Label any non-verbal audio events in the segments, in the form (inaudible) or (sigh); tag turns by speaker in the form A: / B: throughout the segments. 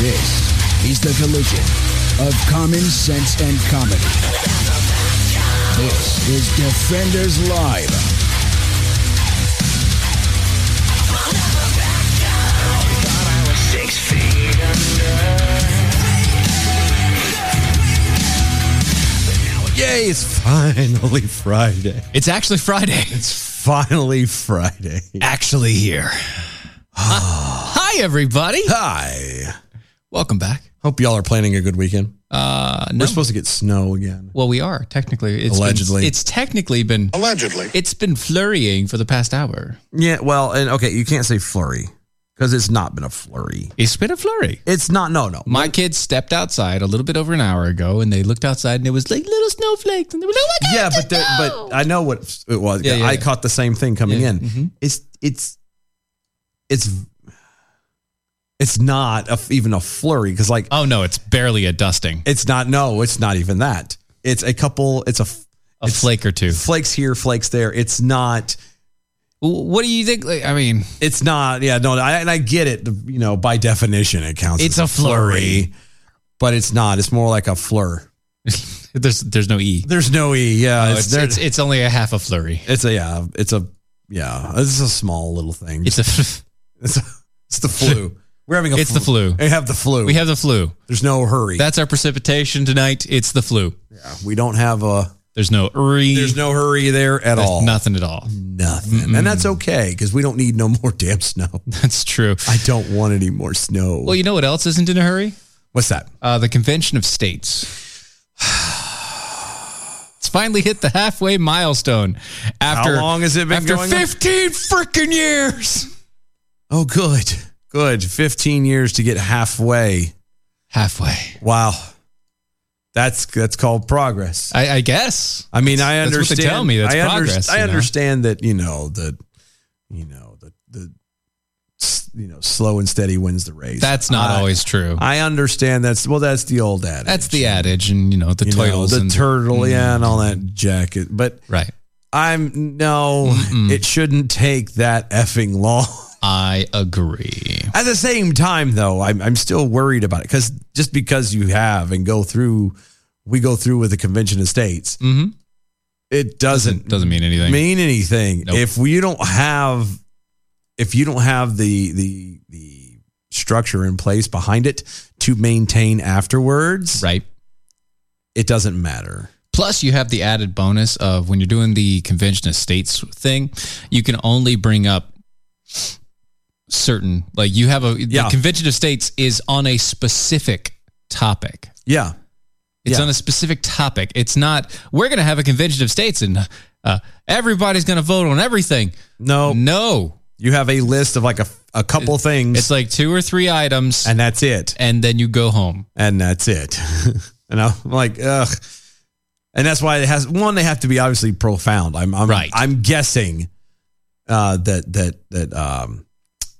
A: This is the collision of common sense and comedy. This is Defenders Live.
B: Yay, it's finally Friday.
C: It's actually Friday. It's
B: Finally Friday. (sighs)
C: actually here. Hi, everybody.
B: Hi.
C: Welcome back.
B: Hope y'all are planning a good weekend.
C: Uh, no.
B: We're supposed to get snow again.
C: well, we are technically. It's been-
B: Allegedly.
C: it's technically been. Allegedly. It's been flurrying for the past hour.
B: Yeah, well, and okay, you can't say flurry because it's not been a flurry.
C: It's been a flurry.
B: It's not, no, no.
C: My kids stepped outside a little bit over an hour ago and they looked outside and it was like little snowflakes. And they were like, oh my God.
B: yeah, but there, but I know what it was.
C: Yeah, yeah,
B: I
C: yeah.
B: caught the same thing coming
C: Yeah,
B: in.
C: mhm.
B: It's it's it's it's not a, even a flurry because like
C: Oh, no, it's barely a dusting.
B: it's not. No, it's not even that. It's a couple. It's a f-
C: A
B: it's
C: flake or two.
B: Flakes here, flakes there. It's not.
C: What do you think? Like, I mean,
B: It's not. Yeah, no. I, and I get it. You know, by definition, it counts.
C: It's
B: as
C: a flurry.
B: but it's not. It's more like a flur.
C: there's there's no E.
B: There's no e. Yeah,
C: No,
B: it's,
C: it's,
B: there-
C: it's, it's only a half a flurry.
B: it's a yeah. It's a yeah. It's a small little thing.
C: It's a. (laughs)
B: It's, it's the flu. We're having a
C: It's the flu.
B: We have the flu.
C: We have the flu.
B: There's no hurry.
C: That's our precipitation tonight. It's the flu.
B: we don't have a.
C: There's no re.
B: There's no hurry there at
C: there's
B: all. Hmm.
C: Nothing at all.
B: Nothing. And that's okay because we don't need no (laughs) more damn snow.
C: (laughs) That's true.
B: I don't want any more snow.
C: Well, you know what else isn't in a hurry?
B: What's that?
C: Uh, the Convention of States. (sighs) It's finally hit the halfway milestone. After
B: long has it been
C: after
B: going on?
C: Fifteen freaking years.
B: Oh, good. Good. 15 years to get halfway.
C: Halfway.
B: Wow. That's that's called progress.
C: I, I guess.
B: I mean, I
C: That's what they
B: understand.
C: tell me. That's
B: I under-
C: progress,
B: I
C: you know?
B: understand that you know that you know the the s- you know slow and steady wins the race.
C: That's not
B: I-
C: always true.
B: I understand that's well. That's the old adage.
C: That's the adage, and you know the Mm-hmm.
B: You know,
C: titles
B: the
C: and
B: turtle, yeah, and all that jacket. But
C: right.
B: I'm no.
C: Mm-hmm.
B: It shouldn't take that effing long. (laughs)
C: I agree.
B: At the same time, though, I'm I'm still worried about it because just because you have and go through, we go through with the convention of states.
C: Mm-hmm.
B: It doesn't
C: Doesn't mean anything.
B: mean anything
C: Nope.
B: if we don't have if you don't have the the the structure in place behind it to maintain afterwards
C: Right.
B: it doesn't matter
C: Plus, you have the added bonus of when you're doing the convention of states thing, you can only bring up certain, like you have a,
B: Yeah.
C: the convention of states is on a specific topic.
B: yeah
C: It's
B: Yeah.
C: on a specific topic. It's not, we're going to have a convention of states and uh, everybody's going to vote on everything.
B: no
C: No.
B: you have a list of like a, a couple things
C: It's like two or three items and,
B: and that's it
C: then you go home.
B: and that's it (laughs) and i'm like ugh and that's why it has one they have to be obviously profound i'm i'm
C: Right.
B: i'm guessing uh that that that um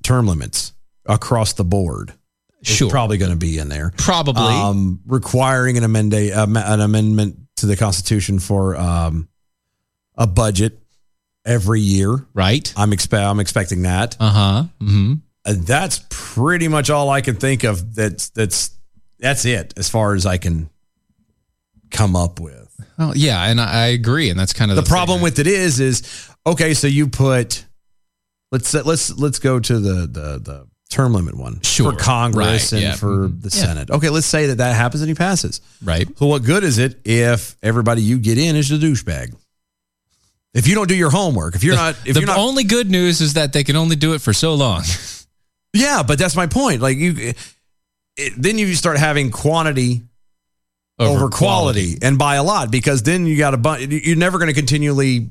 B: term limits across the board is
C: Sure.
B: probably going to be in there
C: Probably.
B: um, requiring an amend um, an amendment to the Constitution for um, a budget every year.
C: right.
B: I'm expe- I'm expecting that.
C: Uh huh. hmm
B: Uh, that's pretty much all I can think of. That's that's that's it as far as I can come up with.
C: Well, yeah, and I, I agree, and that's kind of
B: the
C: thing,
B: problem
C: right?
B: with it is is okay so you put let's say- let's let's go to the the the term limit one
C: Sure.
B: for congress
C: Right,
B: and
C: yeah. Mm-hmm.
B: for the
C: Yeah.
B: senate okay let's say that that happens and he passes
C: right.
B: so what good is it if everybody you get in is a douchebag if you don't do your homework if you're not if
C: the
B: you're not
C: only good news is that they can only do it for so long. (laughs)
B: yeah but that's my point like you it, then you start having quantity over, quality. and by a lot because then you got a bunch. You're never going to continually,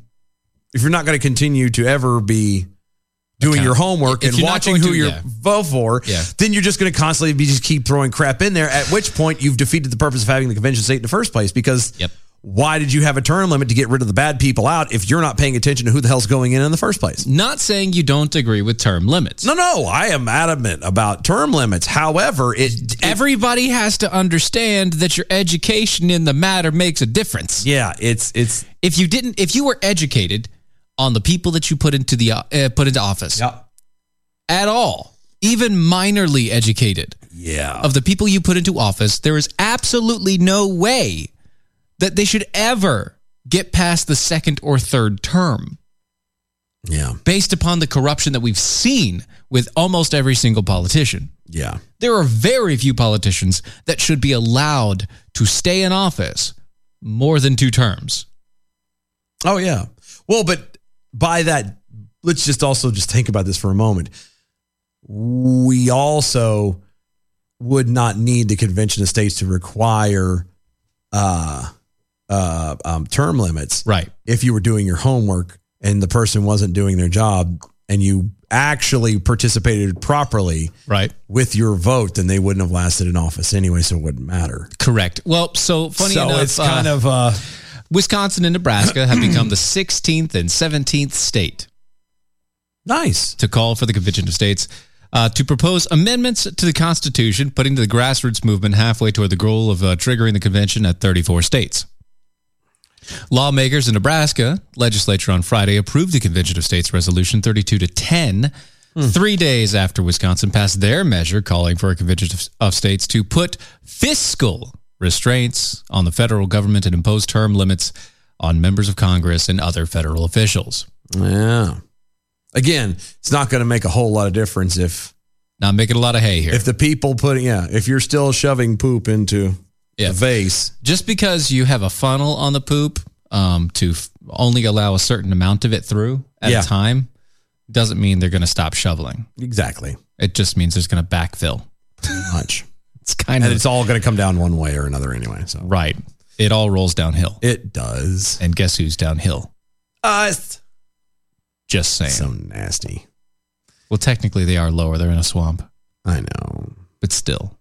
B: if you're not going to continue to ever be doing
C: Account-
B: your homework
C: If
B: and
C: you're not
B: watching
C: going
B: who
C: to,
B: you
C: yeah.
B: vote for,
C: Yeah.
B: then you're just going to constantly be just keep throwing crap in there. At which point you've defeated the purpose of having the convention state in the first place because
C: Yep.
B: why did you have a term limit to get rid of the bad people out if you're not paying attention to who the hell's going in in the first place?
C: Not saying you don't agree with term limits.
B: No, no, I am adamant about term limits. However, it, it
C: Everybody has to understand that your education in the matter makes a difference.
B: yeah, it's it's
C: If you didn't, if you were educated on the people that you put into the uh, uh, put into office at all, even minorly educated,
B: yeah.
C: of the people you put into office, there is absolutely no way that they should ever get past the second or third term
B: Yeah.
C: based upon the corruption that we've seen with almost every single politician.
B: Yeah.
C: There are very few politicians that should be allowed to stay in office more than two terms.
B: Oh yeah. Well, but by that, let's just also just think about this for a moment. We also would not need the Convention of States to require uh, uh, um, term limits
C: Right.
B: if you were doing your homework and the person wasn't doing their job and you actually participated properly
C: Right.
B: with your vote, then they wouldn't have lasted in office anyway, so it wouldn't matter.
C: Correct. Well, so funny
B: so
C: enough,
B: it's kind
C: uh,
B: of uh,
C: Wisconsin and Nebraska have become the (clears throat) 16th and 17th state
B: nice.
C: to call for the Convention of States uh, to propose amendments to the Constitution, putting the grassroots movement halfway toward the goal of uh, triggering the convention at 34 states. Lawmakers in Nebraska legislature on Friday approved the Convention of States Resolution 32 to 10, three days after Wisconsin passed their measure calling for a Convention of, of States to put fiscal restraints on the federal government and impose term limits on members of Congress and other federal officials.
B: Yeah. Again, it's not going to make a whole lot of difference if
C: Not making a lot of hay here.
B: if the people putting yeah if you're still shoving poop into
C: Yeah.
B: a vase.
C: just because you have a funnel on the poop um, to f- only allow a certain amount of it through at
B: Yeah.
C: a time doesn't mean they're going to stop shoveling.
B: Exactly.
C: It just means there's going to backfill.
B: Much.
C: It's kind
B: and
C: of
B: it's all going to come down one way or another anyway. So
C: right. It all rolls downhill.
B: it does.
C: and guess who's downhill?
B: Us.
C: Just saying.
B: So nasty.
C: well, technically they are lower. They're in a swamp,
B: I know.
C: but still.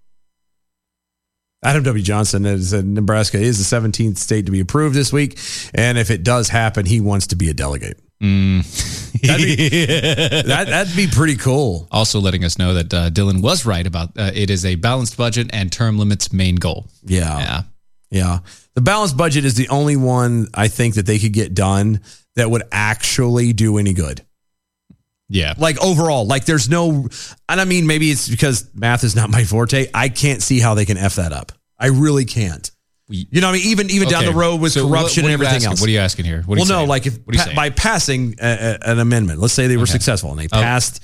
B: Adam W. Johnson has said Nebraska is the 17th state to be approved this week, and if it does happen, he wants to be a delegate.
C: Mm,
B: That'd be, that, that'd be pretty cool.
C: Also, letting us know that uh, Dylan was right about uh, it is a balanced budget and term limits main goal.
B: Oh.
C: Yeah.
B: Yeah. The balanced budget is the only one I think that they could get done that would actually do any good.
C: Yeah.
B: Like overall, like there's no, and I mean, maybe it's because math is not my forte. I can't see how they can F that up. I really can't.
C: We-
B: You know what I mean? Even, even down the
C: Okay.
B: road with
C: So what-
B: corruption
C: what are
B: and
C: you
B: everything
C: asking?
B: else.
C: What are you asking here? What are
B: well,
C: you
B: no,
C: saying?
B: like if
C: What are you
B: pa-
C: saying?
B: by passing a, a- an amendment, let's say they were successful and they passed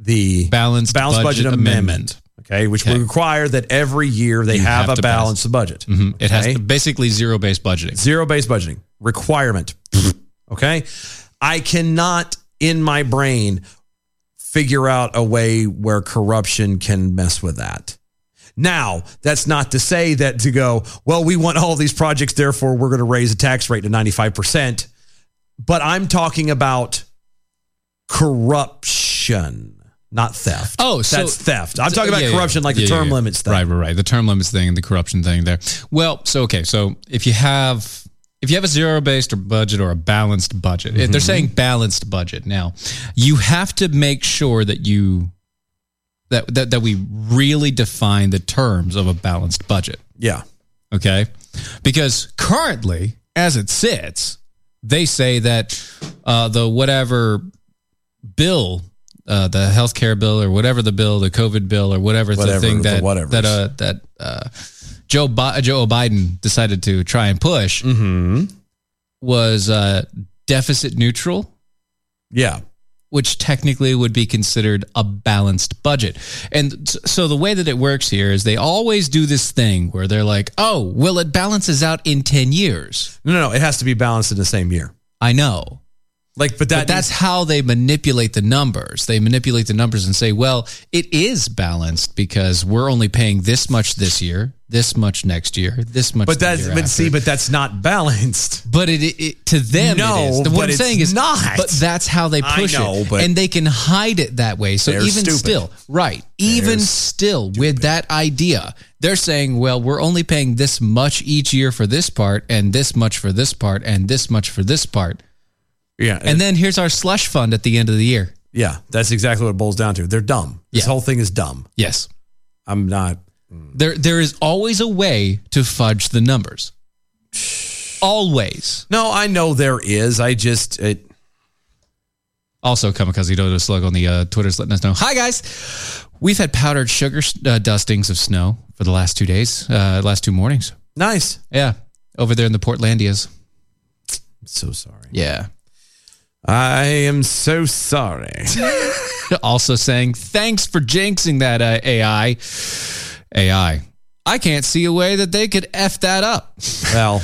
B: the
C: Oh. Balanced budget amendment.
B: Okay, which
C: Okay.
B: would require that every year they
C: You
B: have,
C: have
B: a
C: to pass.
B: balanced budget.
C: Mhm. It has
B: Okay?
C: to basically zero based budgeting.
B: Zero based budgeting requirement. (laughs) okay. I cannot in my brain figure out a way where corruption can mess with that. Now, that's not to say that to go, well, we want all these projects, therefore we're going to raise the tax rate to 95%. But I'm talking about corruption, not theft.
C: Oh, so-
B: that's theft. I'm talking about
C: Yeah, yeah,
B: corruption like
C: yeah,
B: the
C: yeah,
B: term
C: yeah.
B: limits thing.
C: Right, right, right. The term limits thing and the corruption thing there. Well, so okay, so if you have if you have a zero based or budget or a balanced budget, if
B: Mm-hmm.
C: they're saying balanced budget now, you have to make sure that you that, that that we really define the terms of a balanced budget.
B: Yeah.
C: okay? Because currently, as it sits, they say that uh, the whatever bill uh, the healthcare bill or whatever the bill, the COVID bill or whatever,
B: Whatever,
C: the thing
B: the
C: that
B: whatevers.
C: that uh, that uh, Joe Bi- Joe Biden decided to try and push
B: Mm.
C: Mm-hmm. was uh, deficit neutral,
B: Yeah.
C: which technically would be considered a balanced budget. And s- so the way that it works here is they always do this thing where they're like, "Oh, well, it balances out in ten years."
B: No, no, no. It has to be balanced in the same year.
C: I know.
B: Like, but, that,
C: but that's how they manipulate the numbers. They manipulate the numbers and say, well, it is balanced because we're only paying this much this year, this much next year, this much.
B: but
C: the
B: that's
C: year
B: but see,
C: after."
B: but that's not balanced.
C: But it, it, it- to them
B: No,
C: it is.
B: but
C: what I'm
B: it's
C: saying is
B: not.
C: But that's how they
B: I
C: push
B: know,
C: it,
B: but-
C: and they can hide it that way. So
B: They're
C: even
B: stupid.
C: still, right? Even still, with that idea, they're saying, "Well, we're only paying this much each year for this part, and this much for this part, and this much for this part."
B: (laughs) Yeah,
C: And then here's our slush fund at the end of the year.
B: yeah, that's exactly what it boils down to. They're dumb. This
C: Yeah.
B: whole thing is dumb.
C: Yes.
B: I'm not.
C: There there is always a way to fudge the numbers. Always.
B: No, I know there is. I just it,
C: Also, Kamikaze Dodo Slug on the uh, Twitter's letting us know. Hi, guys. We've had powdered sugar uh, dustings of snow for the last two days, uh, last two mornings.
B: nice.
C: Yeah. Over there in the Portlandias.
B: I'm so sorry.
C: Yeah.
B: I am so (laughs) sorry.
C: (laughs) also saying, thanks for jinxing that uh, AI. AI. I can't see a way that they could F that up.
B: well,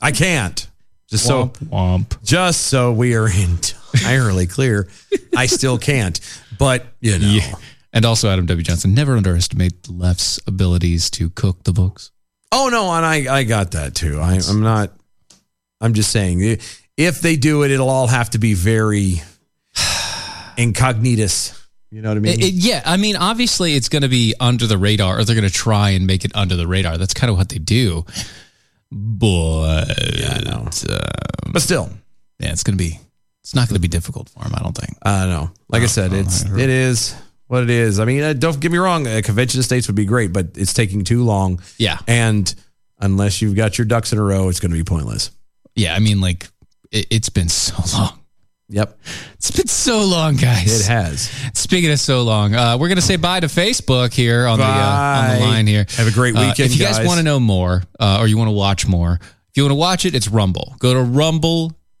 B: I can't. Just so
C: womp.
B: just so we are (laughs) entirely clear, I still can't. But you know,
C: Yeah. And also Adam W. Johnson, never underestimate the left's abilities to cook the books.
B: oh no, and I I got that too. I, I'm not. I'm just saying, if they do it, it'll all have to be very (sighs) incognitus. You know what I mean?
C: It- it- yeah, I mean, obviously it's going to be under the radar, or they're going to try and make it under the radar. That's kind of what they do. But uh,
B: yeah, I know. but still,
C: yeah, it's going to be, it's not going to be difficult for them, I don't think.
B: I don't know. Like I said,
C: Oh,
B: it's it is what it is. I mean, uh, don't get me wrong. A convention of states would be great, but it's taking too long.
C: Yeah.
B: and unless you've got your ducks in a row, it's going to be pointless.
C: Yeah, I mean, like it, it's been so long.
B: Yep,
C: It's been so long, guys.
B: it has.
C: Speaking of so long, uh, we're going to say bye to Facebook here on the uh, on
B: Bye.
C: the line here.
B: Have a great
C: Uh,
B: weekend,
C: if you guys,
B: guys.
C: want to know more uh, or you want to watch more, if you want to watch it, it's Rumble. Go to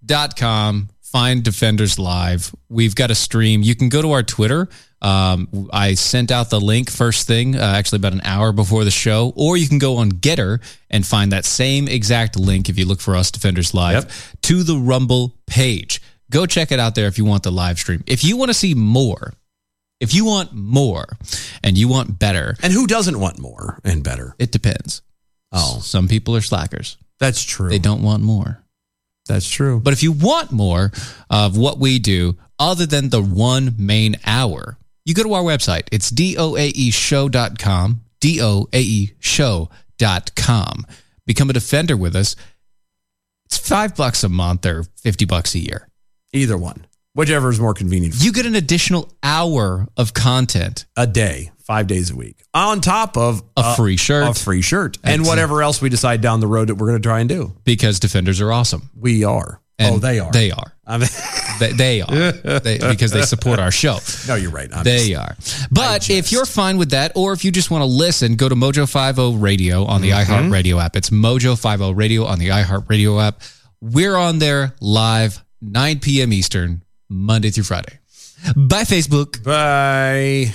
C: rumble.com, find Defenders Live. We've got a stream. You can go to our Twitter. Um, I sent out the link first thing, uh, actually about an hour before the show, or you can go on Getter and find that same exact link if you look for us, Defenders Live,
B: Yep.
C: to the Rumble page. Go check it out there if you want the live stream. If you want to see more, if you want more and you want better,
B: And who doesn't want more and better?
C: it depends.
B: Oh.
C: some people are slackers.
B: That's true.
C: They don't want more.
B: That's true.
C: But if you want more of what we do, other than the one main hour, you go to our website. It's E doaeshow.com, E doaeshow.com. Become a defender with us. It's five bucks a month or 50 bucks a year.
B: Either one, whichever is more convenient.
C: You get an additional hour of content.
B: a day, five days a week, on top of
C: A free shirt.
B: Uh, a free shirt, and
C: Excellent.
B: whatever else we decide down the road that we're going to try and do.
C: because defenders are awesome.
B: We are.
C: And
B: oh, they are.
C: They are.
B: I mean,
C: They, they are. They- because they support our show.
B: (laughs) no, you're right. I'm
C: They are. But if you're fine with that, or if you just want to listen, go to Mojo50 Radio on the iHeart Radio app. It's Mojo50 Radio on the iHeart Radio app. We're on there live, 9 p.m. Eastern, Monday through Friday. Bye, Facebook.
B: Bye.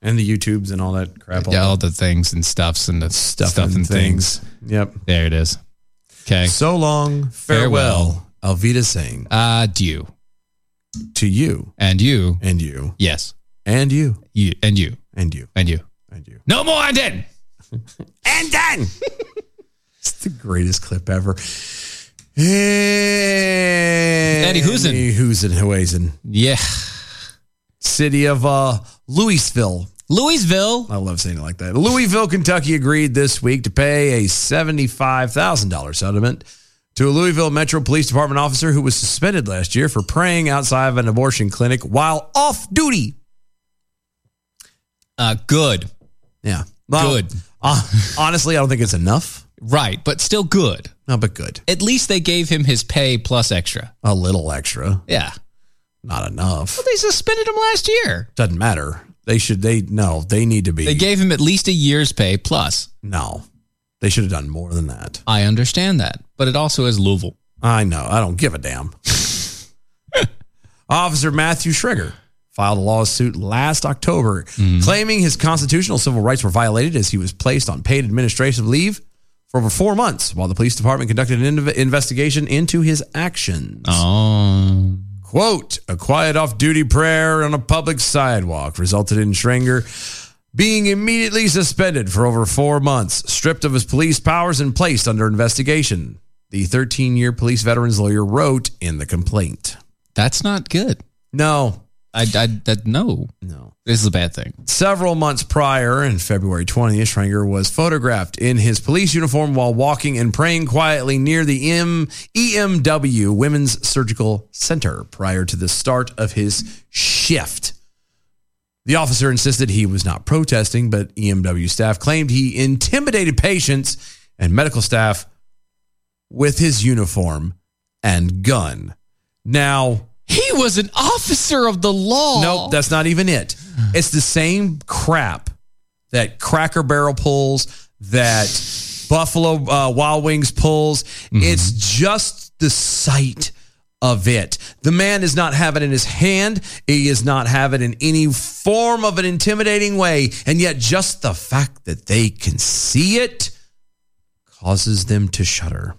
B: And the YouTubes and all that crap.
C: Yeah, all the things and stuffs and the stuff, and, things.
B: Yep.
C: There it is. Okay.
B: So long. Farewell. Alvita saying
C: Adieu.
B: to you
C: Uh, And you.
B: and you
C: Yes.
B: and you
C: You. And you.
B: and you
C: And you.
B: and you.
C: No more I did.
B: And then
C: (laughs)
B: it's the greatest clip ever. Eddie
C: Huizen.
B: Eddie Huizen, Huizen.
C: Yeah.
B: City of uh, Louisville.
C: Louisville.
B: I love saying it like that. Louisville, Kentucky agreed this week to pay a $75,000 settlement to a Louisville Metro Police Department officer who was suspended last year for praying outside of an abortion clinic while off duty.
C: Uh, good.
B: Yeah.
C: Good.
B: uh, honestly, I don't think it's enough.
C: Right. But still good.
B: No, but good.
C: At least they gave him his pay plus extra.
B: A little extra.
C: Yeah.
B: Not enough.
C: Well, they suspended him last year.
B: Doesn't matter. They should. They no. They need to be.
C: They gave him at least a year's pay plus.
B: no. They should have done more than that.
C: I understand that, but it also is Louisville.
B: I know. I don't give a damn. Officer Matthew Schreger filed a lawsuit last October claiming his constitutional civil rights were violated as he was placed on paid administrative leave for over four months while the police department conducted an in- investigation into his actions.
C: Oh,
B: Quote, a quiet off duty prayer on a public sidewalk resulted in Schrenger being immediately suspended for over four months, stripped of his police powers, and placed under investigation. The 13 year police veterans lawyer wrote in the complaint.
C: that's not good.
B: No,
C: I, I that no,
B: no.
C: this is a bad thing.
B: Several months prior, in February 20th, Schrenger was photographed in his police uniform while walking and praying quietly near the M- EMW Women's Surgical Center prior to the start of his shift. The officer insisted he was not protesting, but EMW staff claimed he intimidated patients and medical staff with his uniform and gun. Now,
C: He was an officer of the law.
B: Nope, that's not even it. It's the same crap that Cracker Barrel pulls, that Buffalo uh, Wild Wings pulls. It's just the sight of it. The man does not have it in his hand. He does not have it in any form of an intimidating way. And yet, just the fact that they can see it causes them to shudder.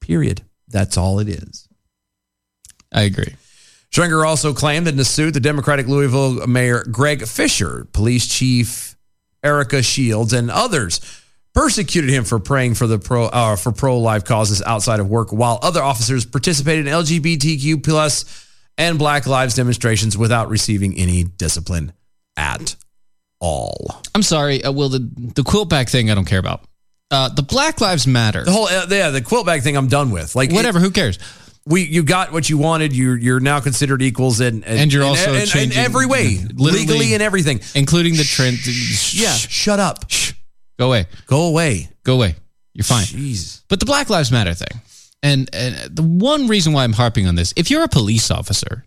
B: Period. That's all it is.
C: I agree.
B: Schrenger also claimed that in the suit, the Democratic Louisville Mayor Greg Fisher, Police Chief Erica Shields, and others persecuted him for praying for the pro uh, for pro life causes outside of work, while other officers participated in LGBTQ plus and Black Lives demonstrations without receiving any discipline at all.
C: I'm sorry. Uh, well, the the quilt back thing, I don't care about. Uh, the Black Lives Matter.
B: The whole uh, yeah, the quilt bag thing, I'm done with. Like it-
C: Whatever. who cares?
B: we you got what you wanted. You're you're now considered equals, and
C: And you're also
B: in,
C: changing-
B: every way,
C: Literally-
B: legally and everything.
C: Including the trend.
B: Yeah, shut up. Shh.
C: Go away.
B: Go away.
C: Go away. You're fine.
B: Jeez.
C: But the Black Lives Matter thing, and, and the one reason why I'm harping on this, if you're a police officer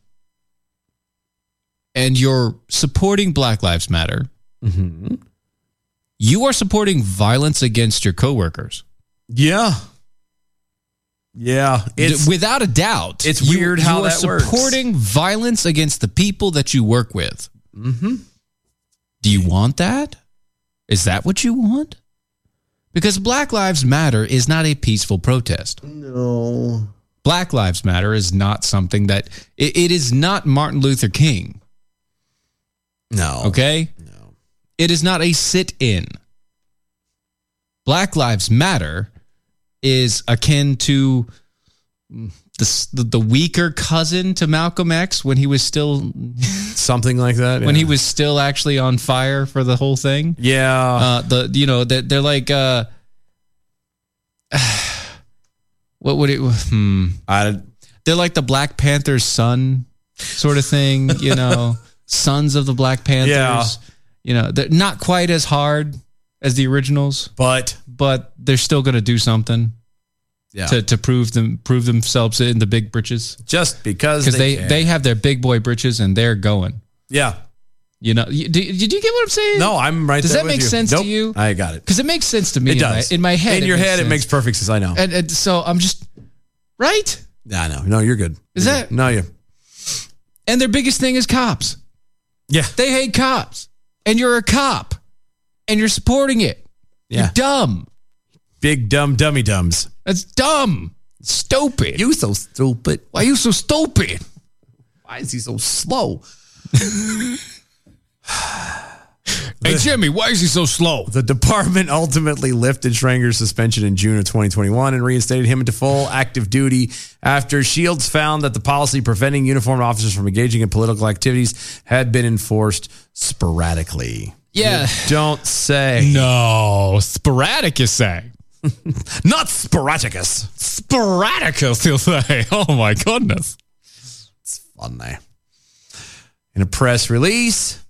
C: and you're supporting Black Lives Matter, you are supporting violence against your coworkers.
B: Yeah. Yeah. It's
C: D- Without a doubt,
B: it's weird how
C: you are
B: that works.
C: supporting violence against the people that you work with.
B: Mhm.
C: Do you want that? Is that what you want? Because Black Lives Matter is not a peaceful protest.
B: no.
C: Black Lives Matter is not something that it, it is not Martin Luther King.
B: No.
C: Okay,
B: No.
C: it is not a sit-in. Black Lives Matter is akin to the s- the, the weaker cousin to Malcolm X when he
B: (laughs)
C: was still
B: Something like that.
C: when
B: yeah.
C: he was still actually on fire for the whole thing.
B: Yeah.
C: uh, the you know that they're like uh, (sighs) what would it hmm.
B: I
C: they're like the Black Panther's son sort of thing
B: (laughs)
C: you know sons of the Black Panthers
B: Yeah.
C: you know they're not quite as hard as the originals
B: but
C: but they're still gonna do something
B: yeah.
C: to, to prove them prove themselves in the big britches
B: just because
C: because they
B: can.
C: they have their big boy britches and they're going
B: Yeah.
C: you know you, do, did you get what I'm saying
B: No, I'm right
C: Does
B: there
C: that
B: with
C: make
B: you.
C: sense to
B: Nope.
C: you?
B: I got it.
C: because it makes sense to me
B: it
C: in my-
B: does.
C: in my, head
B: In your head it
C: sense.
B: makes perfect sense. I know.
C: and, and so I'm just right.
B: Yeah, I know. No, you're good.
C: Is
B: You're
C: that-
B: good. No, you.
C: And their biggest thing is cops.
B: Yeah.
C: They hate cops, and you're a cop, and you're supporting it.
B: Yeah.
C: You're dumb.
B: Big dumb dummy dumbs.
C: That's dumb. Stupid.
B: You so stupid.
C: Why you so stupid?
B: Why is he so slow?
C: Hey Jimmy, why is he so slow?
B: The department ultimately lifted Schranger's suspension in June of 2021 and reinstated him into full active duty after Shields found that the policy preventing uniformed officers from engaging in political activities had been enforced sporadically.
C: Yeah.
B: Don't say.
C: No, sporadic you say.
B: Not sporadicus.
C: Sporadicus, you'll say. (laughs) Oh my goodness.
B: Funny. In a press release.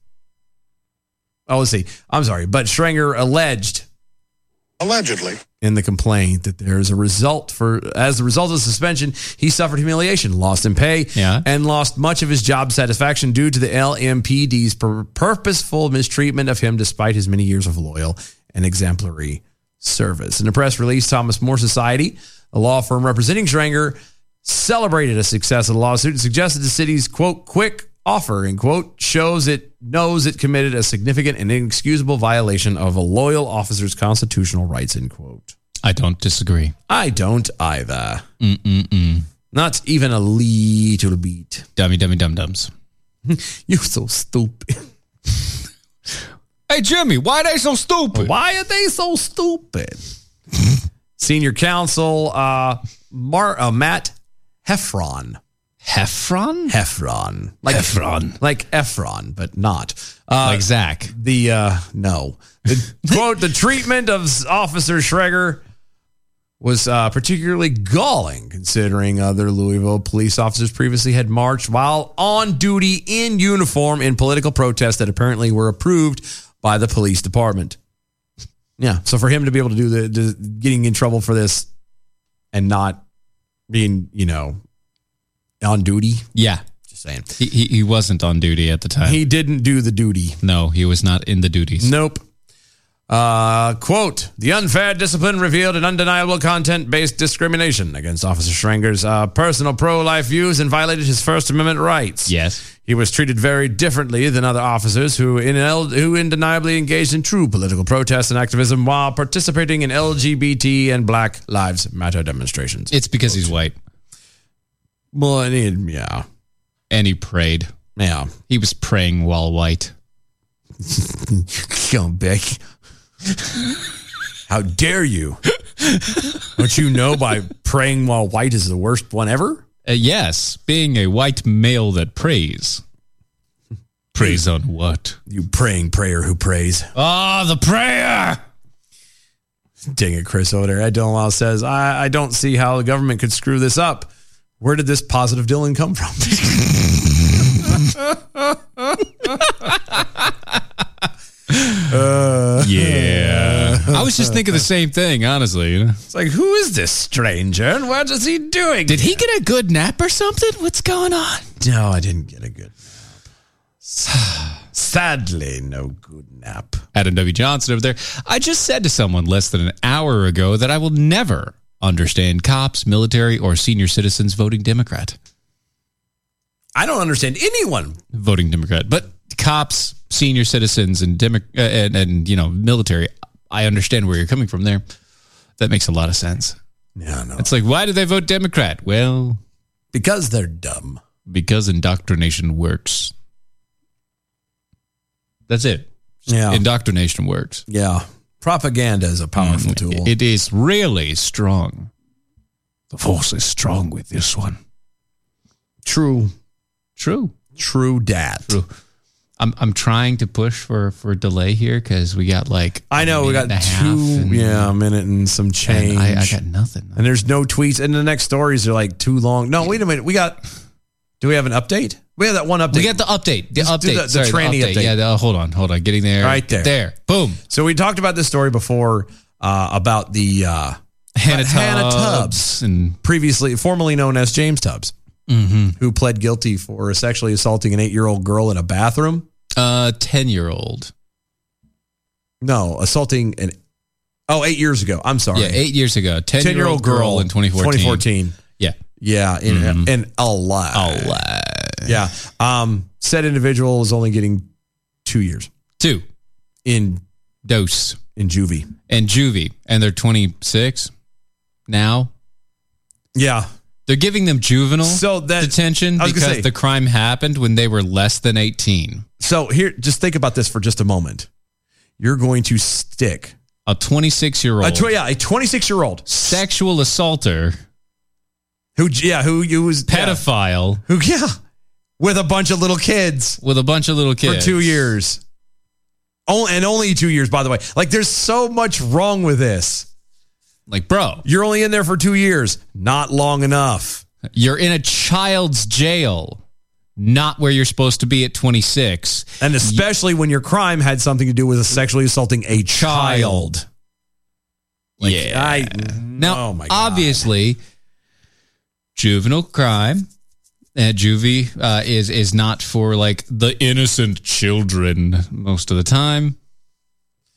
B: Oh, let's see. I'm sorry, but Schrenger alleged
D: Allegedly,
B: in the complaint that there is a result for as a result of the suspension, he suffered humiliation, lost in pay,
C: Yeah.
B: and lost much of his job satisfaction due to the LMPD's pur- purposeful mistreatment of him, despite his many years of loyal and exemplary service. In a press release, Thomas More Society, a law firm representing Schranger, celebrated a success of the lawsuit and suggested the city's quote quick offer and quote shows it knows it committed a significant and inexcusable violation of a loyal officer's constitutional rights end quote
C: I don't disagree.
B: i don't either
C: Mm-mm-mm.
B: not even a little bit
C: Dummy, dummy, dum dums.
B: you're so stupid
C: Hey, Jimmy, why they so stupid?
B: Why are they so
C: (laughs)
B: stupid? Senior counsel uh, Mar- uh, Matt Heffron.
C: Heffron?
B: Heffron. Like
C: Heffron.
B: Like Efron, but not. Uh,
C: like Zach.
B: the uh no the, quote the treatment of officer schreger was uh, particularly galling considering other louisville police officers previously had marched while on duty in uniform in political protests that apparently were approved by the police department yeah so for him to be able to do the, the getting in trouble for this and not being you know on duty
C: Yeah.
B: just saying
C: He, he, he wasn't on duty at the time.
B: he didn't do the duty
C: no, he was not in the duties.
B: Nope. Uh, quote, the unfair discipline revealed an undeniable content based discrimination against Officer Schranger's uh, personal pro life views and violated his First Amendment rights.
C: Yes.
B: He was treated very differently than other officers who, in who undeniably engaged in true political protest and activism while participating in LGBT and Black Lives Matter demonstrations.
C: It's because he's white
B: well, I mean, yeah.
C: and he prayed.
B: Yeah.
C: He was praying while white.
B: Come back. How dare you? Don't you know by praying while white is the worst one ever?
C: Uh, yes, being a white male that prays. (laughs) Prays on what?
B: You praying prayer who prays.
C: Ah, the prayer.
B: Dang it, Chris over there. Ed Dillenwall says, I, I don't see how the government could screw this up. Where did this positive Dylan come from? (laughs)
C: Yeah. I was just thinking the same thing, honestly.
B: it's like, who is this stranger and what is he doing?
C: Did he get a good nap or something? What's going on?
B: No, I didn't get a good nap. (sighs) Sadly, no good nap.
C: Adam W. Johnson over there. I just said to someone less than an hour ago that I will never understand cops, military, or senior citizens voting Democrat.
B: I don't understand anyone
C: Voting Democrat. But cops, senior citizens, and, Demo- uh, and, and you know, military, I understand where you're coming from there. That makes a lot of sense.
B: No, no.
C: It's like, why did they vote Democrat? Well,
B: Because they're dumb.
C: because indoctrination works. That's it.
B: Yeah.
C: Indoctrination works.
B: yeah. Propaganda is a powerful tool.
C: Mm, It is really strong. The force is strong with this one.
B: true.
C: True.
B: True dat.
C: True. I'm I'm trying to push for for delay here because we got like
B: I know
C: a
B: we
C: minute
B: got
C: and a half
B: two
C: and-
B: yeah, a minute and some
C: and
B: change. And,
C: I, I got nothing.
B: there's no tweets. And the next stories are like too long. No, wait a minute. We got do we have an update? We have that one update.
C: We got the update. The
B: Let's do
C: update.
B: the- the
C: Sorry,
B: tranny update.
C: Yeah. The, oh, hold on. Hold on. Getting there.
B: Right there.
C: There. Boom.
B: so we talked about this story before uh, about the uh,
C: Hannah,
B: Hannah
C: Tubbs,
B: Tubbs.
C: and mm-hmm.
B: previously formerly known as James Tubbs,
C: Hmm.
B: who pled guilty for sexually assaulting an eight year old girl in a bathroom.
C: uh ten year old.
B: No, assaulting an oh eight years ago. I'm sorry.
C: Yeah. Eight years ago. Ten year old girl, in 2014.
B: 2014.
C: Yeah. Mm-hmm.
B: Yeah, in in a lot.
C: Oh,
B: Yeah. Um, said individual is only getting two years
C: two
B: in
C: dose.
B: in juvie.
C: and juvie, and they're 26 now.
B: Yeah.
C: They're giving them juvenile
B: So that-
C: detention
B: I was gonna
C: because
B: say-
C: the crime happened when they were less than 18.
B: So here, just think about this for just a moment. You're going to stick
C: A 26 year
B: a
C: old
B: tw- yeah a 26 year old
C: sexual assaulter,
B: who yeah who you was
C: pedophile
B: yeah, who yeah with a bunch of little kids
C: with a bunch of little kids
B: for two years. Only, and only two years, by the way. Like, there's so much wrong with this.
C: Like, bro,
B: You're only in there for two years, not long enough.
C: you're in a child's jail, not where you're supposed to be at 26.
B: And especially when your crime had something to do with sexually assaulting a child.
C: Child.
B: Like,
C: yeah.
B: I-
C: now,
B: oh my God.
C: obviously, juvenile crime at juvie uh, is is not for like the innocent children most of the time.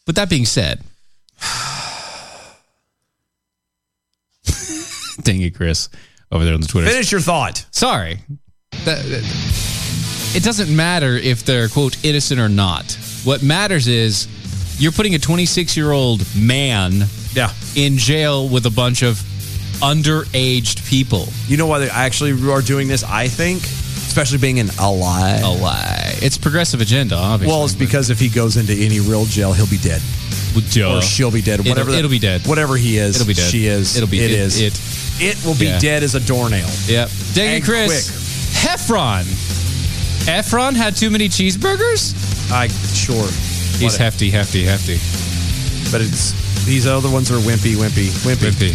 C: But that being said, (sighs) dang it, Chris, over there on the Twitter.
B: Finish your thought.
C: Sorry. That- that- it doesn't matter if they're, quote, innocent or not. What matters is you're putting a 26 year old man
B: Yeah.
C: in jail with a bunch of underaged people.
B: You know why they actually are doing this, I think? Especially being an ally.
C: A lie. It's progressive agenda, obviously.
B: Well, it's because if he goes into any real jail, he'll be dead.
C: Well, duh.
B: or she'll be dead.
C: Uh-huh. It'll-
B: Whatever that-
C: it'll be dead.
B: Whatever he is,
C: It'll be dead.
B: She is.
C: It'll be-
B: It
C: it-
B: is.
C: it-
B: It will be
C: Yeah.
B: dead as a doornail.
C: Yep. Dang
B: And
C: it, Chris. Heffron. Efron had too many cheeseburgers?
B: I sure.
C: He's
B: What-
C: hefty, hefty, hefty.
B: But it's these other ones are wimpy, wimpy, wimpy.
C: Wimpy.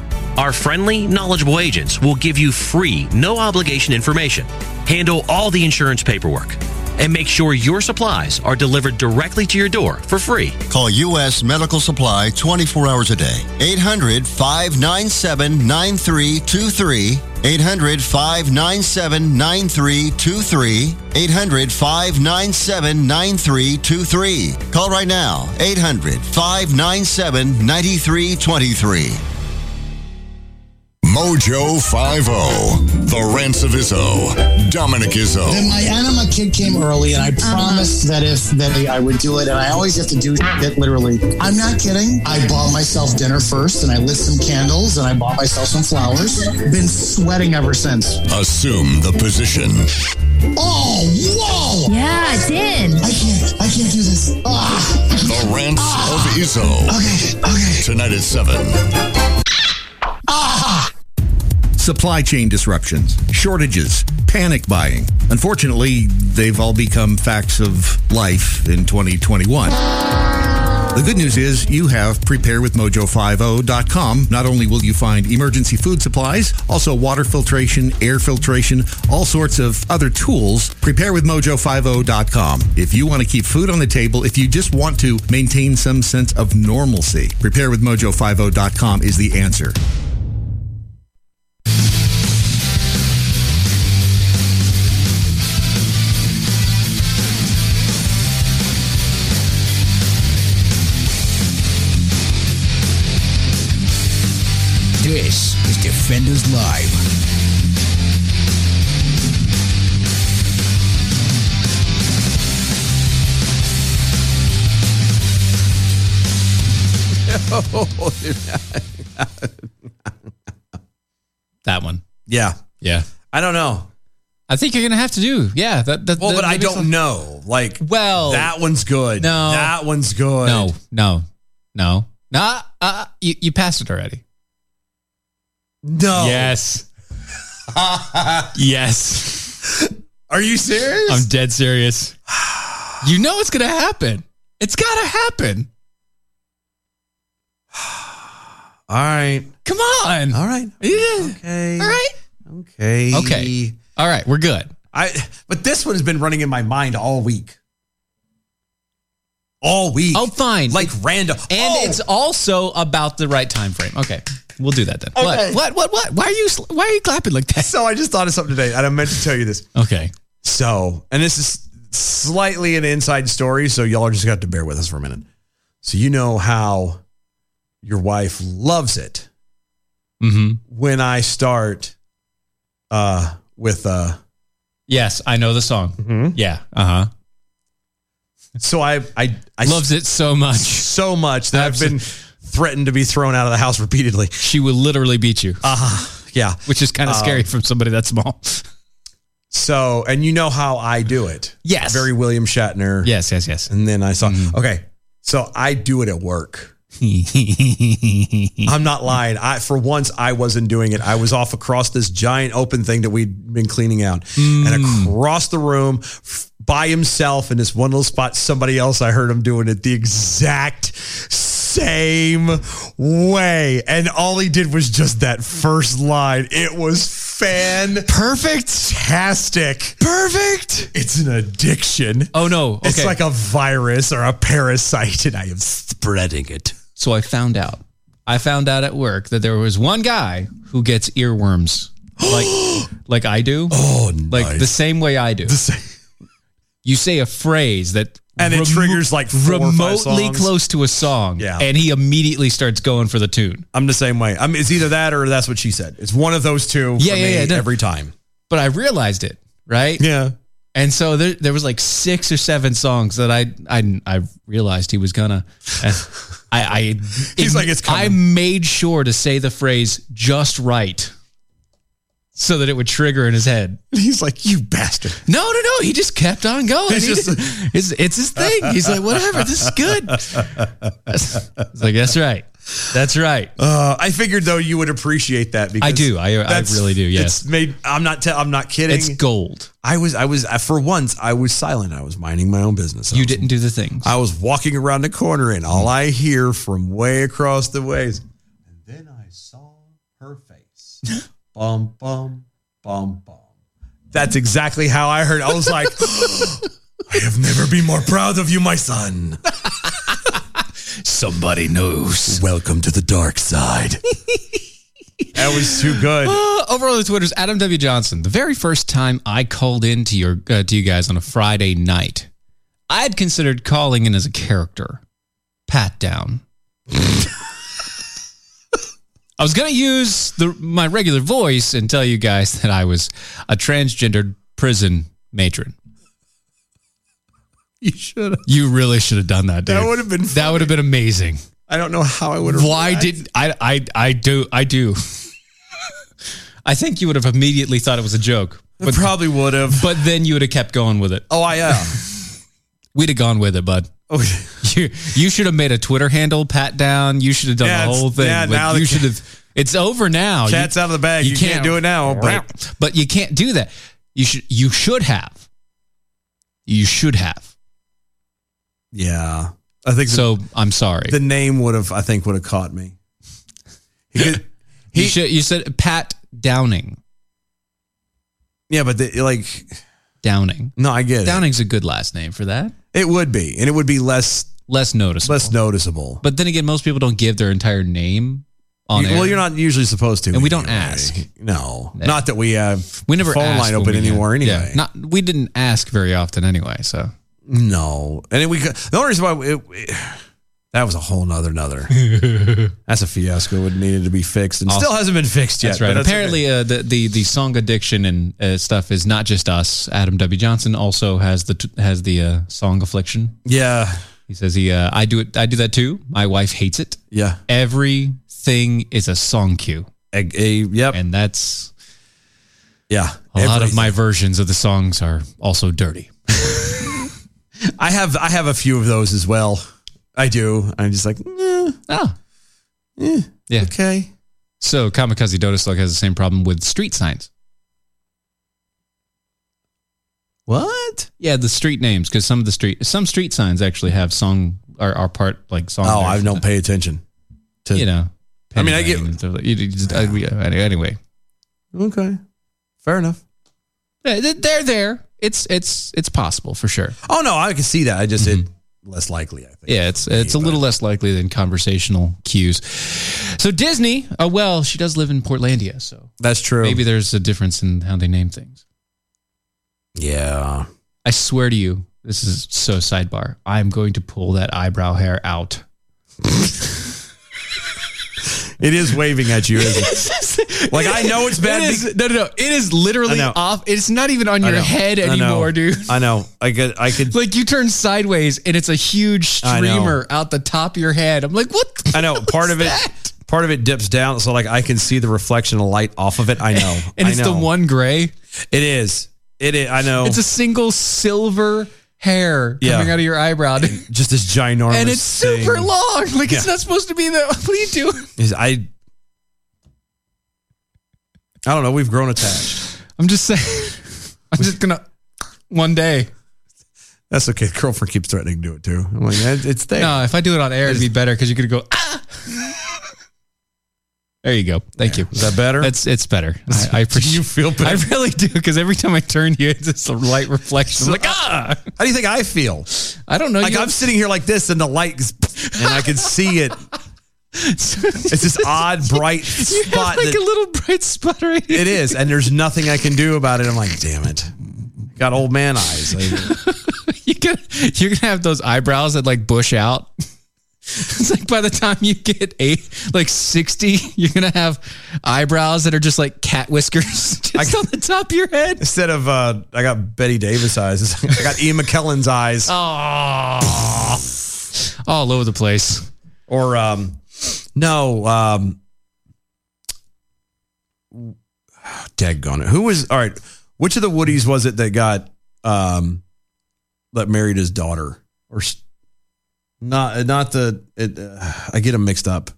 D: Our friendly, knowledgeable agents will give you free, no obligation information, handle all the insurance paperwork, and make sure your supplies are delivered directly to your door for free.
E: Call U.S. Medical Supply 24 hours a day. 800 597 9323. 800 597 9323. 800 597 9323. Call right now. 800 597 9323.
F: Mojo 5 The Rants of Izzo. Dominic Izzo.
G: And my anima kid came early, and I promised that if that I would do it, and I always have to do it literally. I'm not kidding. I bought myself dinner first, and I lit some candles, and I bought myself some flowers. Been sweating ever since.
F: Assume the position.
G: Oh, whoa!
H: Yeah, I did.
G: I can't. I can't do this. Ah.
F: The Rants of Izzo.
G: Okay. Okay.
F: Tonight at 7.
I: Supply chain disruptions, shortages, panic buying. Unfortunately, they've all become facts of life in 2021. The good news is you have preparewithmojo50.com. Not only will you find emergency food supplies, also water filtration, air filtration, all sorts of other tools. Preparewithmojo50.com. If you want to keep food on the table, if you just want to maintain some sense of normalcy, preparewithmojo50.com is the answer.
A: This is Defenders Live.
C: That one.
B: Yeah.
C: Yeah.
B: I don't know.
C: I think you're going to have to do. Yeah. That, that,
B: Well,
C: that-
B: but
C: that
B: I
C: makes
B: don't
C: sense.
B: know. Like,
C: Well,
B: that one's good.
C: No.
B: That one's good.
C: No, no, no, nah. Uh, you, you passed it already.
B: No. (laughs)
C: Yes, yes.
B: Are you serious?
C: I'm dead serious. You know it's gonna happen. It's gotta happen.
B: all right.
C: Come on.
B: All right.
C: Yeah.
B: Okay.
C: All right.
B: Okay.
C: Okay. All right. We're good.
B: I but this one has been running in my mind all week. All week.
C: Oh, fine.
B: Like random.
C: and
B: Oh,
C: it's also about the right time frame. Okay, we'll do that then.
B: Okay.
C: What? What? What? What? Why are you? sl- Why are you clapping like that?
B: (laughs) so I just thought of something today, and I meant to tell you this.
C: Okay.
B: So, and this is slightly an inside story, so y'all are just got to bear with us for a minute. So you know how your wife loves it
C: Mm-hmm.
B: when I start uh with uh
C: Yes, I know the song.
B: Mm-hmm.
C: Yeah. Uh huh.
B: so I I I
C: Loves it so much.
B: so much that I've been
C: Absolutely.
B: threatened to be thrown out of the house repeatedly.
C: She will literally beat you.
B: Ah, Yeah.
C: Which is kind of
B: Um,
C: scary from somebody that small.
B: So, and you know how I do it.
C: Yes.
B: Very William Shatner.
C: Yes, yes, yes.
B: And then I saw, okay. So I do it at work. I'm not lying. I, for once, I wasn't doing it. I was off across this giant open thing that we'd been cleaning out and across the room f- by himself in this one little spot. Somebody else, I heard him doing it the exact same way. And all he did was just that first line. It was fan perfect. Perfect. It's an addiction.
C: Oh no. Okay.
B: It's like a virus or a parasite, and I am spreading it.
C: So I found out. I found out at work that there was one guy who
B: (gasps)
C: gets earworms, like like I do.
B: Oh,
C: like the same way I do. (laughs) You say a phrase that
B: And it triggers, like, four or five
C: remotely
B: songs.
C: close to a song,
B: Yeah.
C: and he immediately starts going for the tune.
B: I'm the same way. I'm, it's either that or that's what she said. It's one of those two.
C: Yeah,
B: for
C: yeah,
B: me
C: yeah, no.
B: Every time.
C: But I realized it, right?
B: Yeah. (laughs)
C: And so there, there was like six or seven songs that I, I, I realized he was gonna. and I,
B: (laughs)
C: I
B: He's like, "It's coming."
C: I made sure to say the phrase just right, so that it would trigger in his head.
B: He's like, you bastard.
C: No, no, no. He just kept on going.
B: He's
C: He
B: just-
C: did- it's, it's his thing. He's like, whatever. This is good. I was like, that's right. That's right.
B: Uh, I figured though you would appreciate that because
C: I do. I, I
B: that's-
C: really do. Yes.
B: It's made. I'm not. Te- I'm not kidding.
C: It's gold.
B: I was. I was. I, for once, I was silent. I was minding my own business. I
C: You
B: was-
C: didn't do the things.
B: I was walking around the corner, and all I hear from way across the ways. And then I saw her face. (laughs) bum bum bum bum. That's exactly how I heard. I was like, (gasps) I have never been more proud of you, my son.
C: Somebody knows.
B: (laughs) Welcome to the dark side. (laughs) that was too good.
C: Uh, over on the Twitter's Adam W. Johnson. The very first time I called in to your uh, to you guys on a Friday night, I had considered calling in as a character, pat down. I was gonna use the my regular voice and tell you guys that I was a transgendered prison matron.
B: (laughs) You should. have.
C: You really should have done that, dude.
B: That would have been.
C: that would have been amazing.
B: I don't know how I would have.
C: Why did I? I I do I do. (laughs) I think you would have immediately thought it was a joke,
B: I
C: but
B: probably would have.
C: but then you would have kept going with it.
B: Oh, I am.
C: We'd have gone with it, bud.
B: (laughs)
C: (laughs)
B: Oh,
C: You you should have made a Twitter handle pat down. You should have done
B: Yeah,
C: the
B: it's-
C: whole thing.
B: yeah,
C: Like,
B: now the
C: you
B: cat-
C: should have. It's over now. You- (laughs)
B: cat's out of the bag. You, can't, do it now. But
C: but you can't do that. You should you should have. You should have.
B: yeah, I think so.
C: So I'm sorry.
B: The name would have. I think would have caught me. He could-
C: (laughs) you,
B: he-
C: should, you said pat downing.
B: yeah, but the, like,
C: Downing.
B: no, I get it.
C: Downing's a good last name for that.
B: It would be, and it would be less
C: Less noticeable.
B: less noticeable.
C: But then again, most people don't give their entire name on
B: You-
C: air.
B: well, you're not usually supposed to,
C: And we don't
B: anyway.
C: ask.
B: No,
C: No.
B: not that we have.
C: We never
B: phone
C: ask
B: line
C: when
B: open
C: we get-
B: anymore. Anyway,
C: Yeah, not we didn't ask very often anyway. So
B: no, and then we. co- The only reason why it, it- that was a whole nother another.
C: (laughs)
B: that's a fiasco. It needed to be fixed, and
C: Also-
B: still hasn't been fixed yet.
C: that's right.
B: but okay.
C: Apparently, uh, the, the the song addiction and uh, stuff is not just us. Adam W. Johnson also has the t- has the uh, song affliction.
B: yeah,
C: He says he uh, I do it. I do that too. My wife hates it.
B: yeah.
C: Everything is a song cue,
B: A, a- yep,
C: and that's
B: yeah.
C: a lot
B: Everything.
C: of my versions of the songs are also dirty.
B: I have I have a few of those as well. I do. I'm just like, eh,
C: Ah, yeah.
B: okay.
C: So Kamikaze Dota Slug has the same problem with street signs.
B: What?
C: Yeah, the street names because some of the street some street signs actually have song are, are part like song.
B: Oh, I
C: lyrics.
B: don't pay attention. To,
C: You know,
B: I mean, I
C: Penny
B: get-
C: Lane and stuff like- you just- I- we- anyway.
B: Okay, fair enough.
C: Yeah, they- They're there. It's it's it's possible for sure.
B: Oh no, I can see that. I just it less likely. I think.
C: Mm-hmm. Yeah, it's it's a little less likely than conversational cues. So Disney, oh well, she does live in Portlandia, so
B: That's true.
C: maybe there's a difference in how they name things.
B: Yeah.
C: I swear to you, this is so sidebar. I'm going to pull that eyebrow hair out.
B: It is waving at you, isn't
C: (laughs)
B: it? Like I know Oh, it's bad.
C: It
B: be-
C: is, no, no, no. It is literally
B: I know.
C: off. It's not even on
B: I
C: your
B: know.
C: head
B: I know.
C: anymore, dude.
B: I know. I could. I could.
C: (laughs) Like you turn sideways and it's a huge
B: I know.
C: streamer out the top of your head. I'm like, what? the
B: I know.
C: (laughs) hell
B: Part
C: is
B: of it.
C: that?
B: Part of it dips down, so like I can see the reflection of light off of it. I know,
C: (laughs) And
B: I
C: it's the
B: know.
C: one gray.
B: It is. It is. I know.
C: It's a single silver hair
B: Yeah.
C: coming out of your eyebrow. dude.
B: just this ginormous
C: and it's super
B: thing.
C: long. Like it's
B: Yeah.
C: not supposed to be that. (laughs) What are you doing?
B: Is- I. I don't know. We've grown attached.
C: I'm just saying. (laughs) I'm just gonna one day.
B: That's okay. Girlfriend keeps threatening to do it too. I'm like, "Eh, it's there.
C: No, if I do it on air, it'd be better because you could go. Ah! (laughs) There you go. Thank you.
B: Is that better?
C: That's it's
B: (laughs)
C: better. I, I appreciate.
B: you feel better?
C: I really do because every time I turn you, it's just a light reflection. I'm like ah,
B: ah. How do you think I feel?
C: I don't know.
B: Like
C: you-
B: I'm sitting here like this, and the light, is- and I can see
C: (laughs)
B: it. It's this odd bright
C: you have
B: spot.
C: like
B: that-
C: a little bright spot right here.
B: it is, and there's nothing I can do about it. I'm like, damn it, got old man
C: (laughs)
B: eyes. Like,
C: You can, you're gonna have those eyebrows that like bush out. (laughs) It's like by the time you get eight, like sixty, you're gonna have eyebrows that are just like cat whiskers (laughs) just on the top of your head.
B: instead of uh, I got Betty Davis eyes. (laughs) I got Ian McKellen's eyes,
C: Oh, all over the place.
B: or um, no, um, daggone it. Who was all right? Which of the Woodies was it that got um, that married his daughter, or s- not? Not the it, uh, I get them mixed up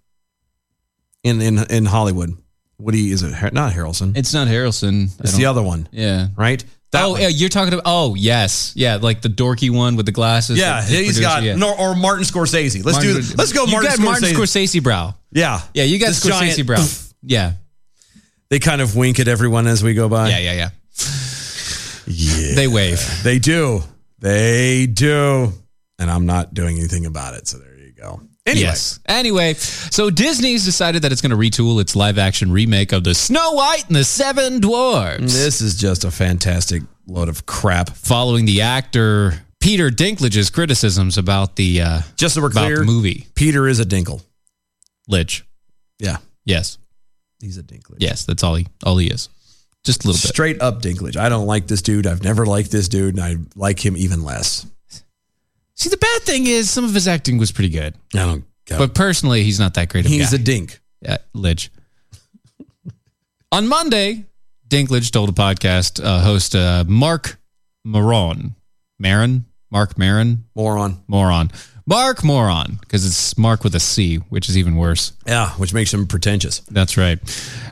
B: in in in Hollywood. Woody is it Har- not Harrelson?
C: It's not Harrelson. I
B: It's the
C: don't-
B: other one,
C: Yeah.
B: right? That
C: Oh,
B: one.
C: yeah, you're talking about. Oh, yes, yeah, like the dorky one with the glasses.
B: Yeah,
C: that-
B: he's
C: producer,
B: got
C: yeah.
B: nor, or Martin Scorsese. Let's
C: Martin-
B: do. Let's go,
C: You
B: Martin
C: got
B: Scorsese.
C: Martin Scorsese brow.
B: Yeah,
C: Yeah, you got
B: This
C: Scorsese
B: giant- (laughs)
C: brow. Yeah,
B: They kind of wink at everyone as we go by.
C: yeah, yeah, yeah.
B: yeah.
C: They wave.
B: They do. They do. And I'm not doing anything about it. So there you go. Anyway,
C: Yes. Anyway, so Disney's decided that it's going to retool its live action remake of the Snow White and the Seven Dwarfs.
B: this is just a fantastic load of crap.
C: Following the actor Peter Dinklage's criticisms about the uh,
B: Just so we're
C: about
B: clear,
C: the movie
B: Peter is a dinkle.
C: Lidge.
B: Yeah.
C: Yes,
B: He's a dinklage.
C: yes, that's all he all he is. Just a little bit.
B: Straight up dinklage. I don't like this dude. I've never liked this dude. And I like him even less.
C: See, the bad thing is some of his acting was pretty good,
B: I don't. I
C: but personally, he's not that great. Of
B: he's
C: guy.
B: a dink.
C: Yeah, Lidge. On Monday, Dinklage told a podcast uh, host, uh, Mark Maron, Maron, Mark Maron,
B: Moron.
C: Moron, Mark Moron, because it's Mark with a C, which is even worse.
B: Yeah. Which makes him pretentious.
C: That's right.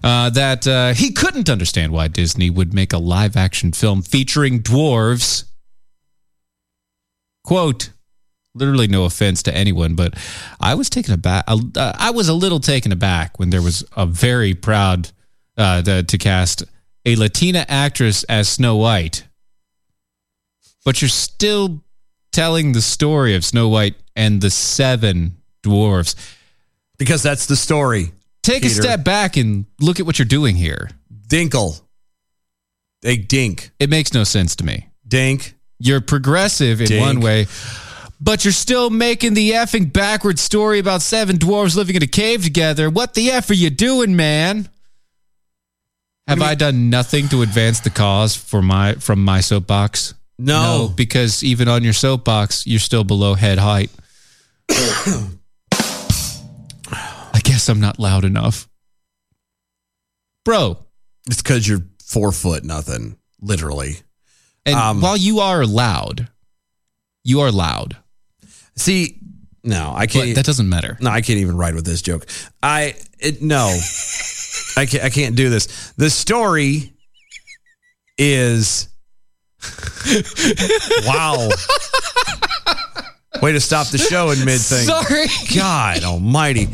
C: Uh, that uh, he couldn't understand why Disney would make a live action film featuring dwarves. Quote, literally no offense to anyone, but I was taken aback. Uh, I was a little taken aback when there was a very proud uh, the, to cast a Latina actress as Snow White. But you're still telling the story of Snow White and the seven dwarves
B: Because that's the story.
C: take
B: Peter.
C: a step back and look at what you're doing here.
B: Dinkle. They dink.
C: It makes no sense to me.
B: Dink.
C: You're progressive in
B: Dink.
C: one way, but you're still making the effing backward story about seven dwarves living in a cave together. What the F are you doing, man? Have I done nothing to advance the cause for my from my soapbox?
B: No.
C: because even on your soapbox, you're still below
B: (coughs)
C: head height. I guess I'm not loud enough. Bro,
B: It's because you're four foot nothing, literally.
C: And
B: Um,
C: while you are loud, you are loud.
B: See, no, I
C: But
B: can't.
C: that doesn't matter.
B: no, I can't even ride with this joke. I it,
C: (laughs)
B: no, I can't. I can't do this. The story is (laughs) wow. Way to stop the show in mid thing.
C: Sorry.
B: God Almighty.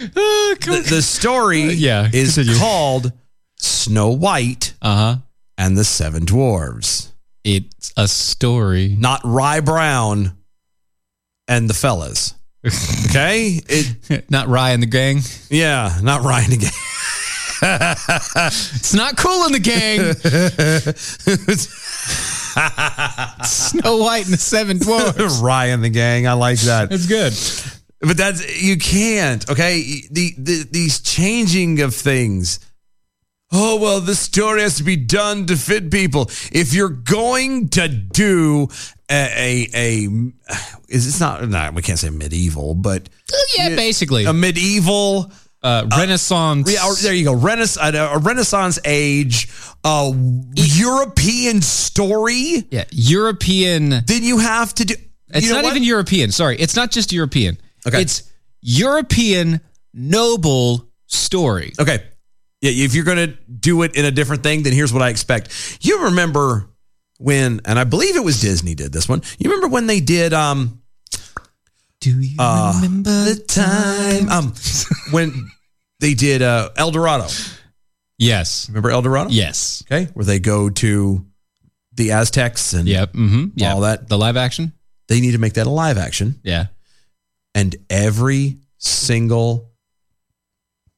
C: Uh
B: The, the story
C: yeah,
B: is
C: continue.
B: called Snow White
C: huh.
B: and the Seven Dwarves.
C: Uh-huh. It's a story.
B: not Rye Brown and the (laughs) fellas. Okay? It,
C: (laughs) Not Rye and the gang.
B: yeah, not Ryan again.
C: It's not cool in the (laughs) gang.
B: (laughs)
C: Snow White and the Seven Dwarfs.
B: Ryan the gang. I like that.
C: It's good.
B: But that's you can't, okay? The, the these changing of things. Oh well, the story has to be done to fit people. If you're going to do a a, a is it's not, not we can't say medieval, but
C: Yeah, Oh, basically.
B: a medieval
C: Um, uh, Renaissance.
B: Yeah, or- there you go. Renaissance, uh, a Renaissance age, uh, European story.
C: Yeah, European.
B: Then you have to do.
C: It's
B: you know
C: not
B: what?
C: even European. Sorry, it's not just European.
B: Okay.
C: It's European noble story.
B: Okay. Yeah, if you're going to do it in a different thing, then here's what I expect. You remember when, and I believe it was Disney did this one. You remember when they did, um,
C: do you
B: remember the time? Um, when they did uh, El Dorado.
C: Yes.
B: Remember El Dorado?
C: Yes.
B: Okay. Where they go to the Aztecs and
C: Yep. Mm-hmm. Yep.
B: all that.
C: The live action?
B: They need to make that a live action.
C: Yeah.
B: And every single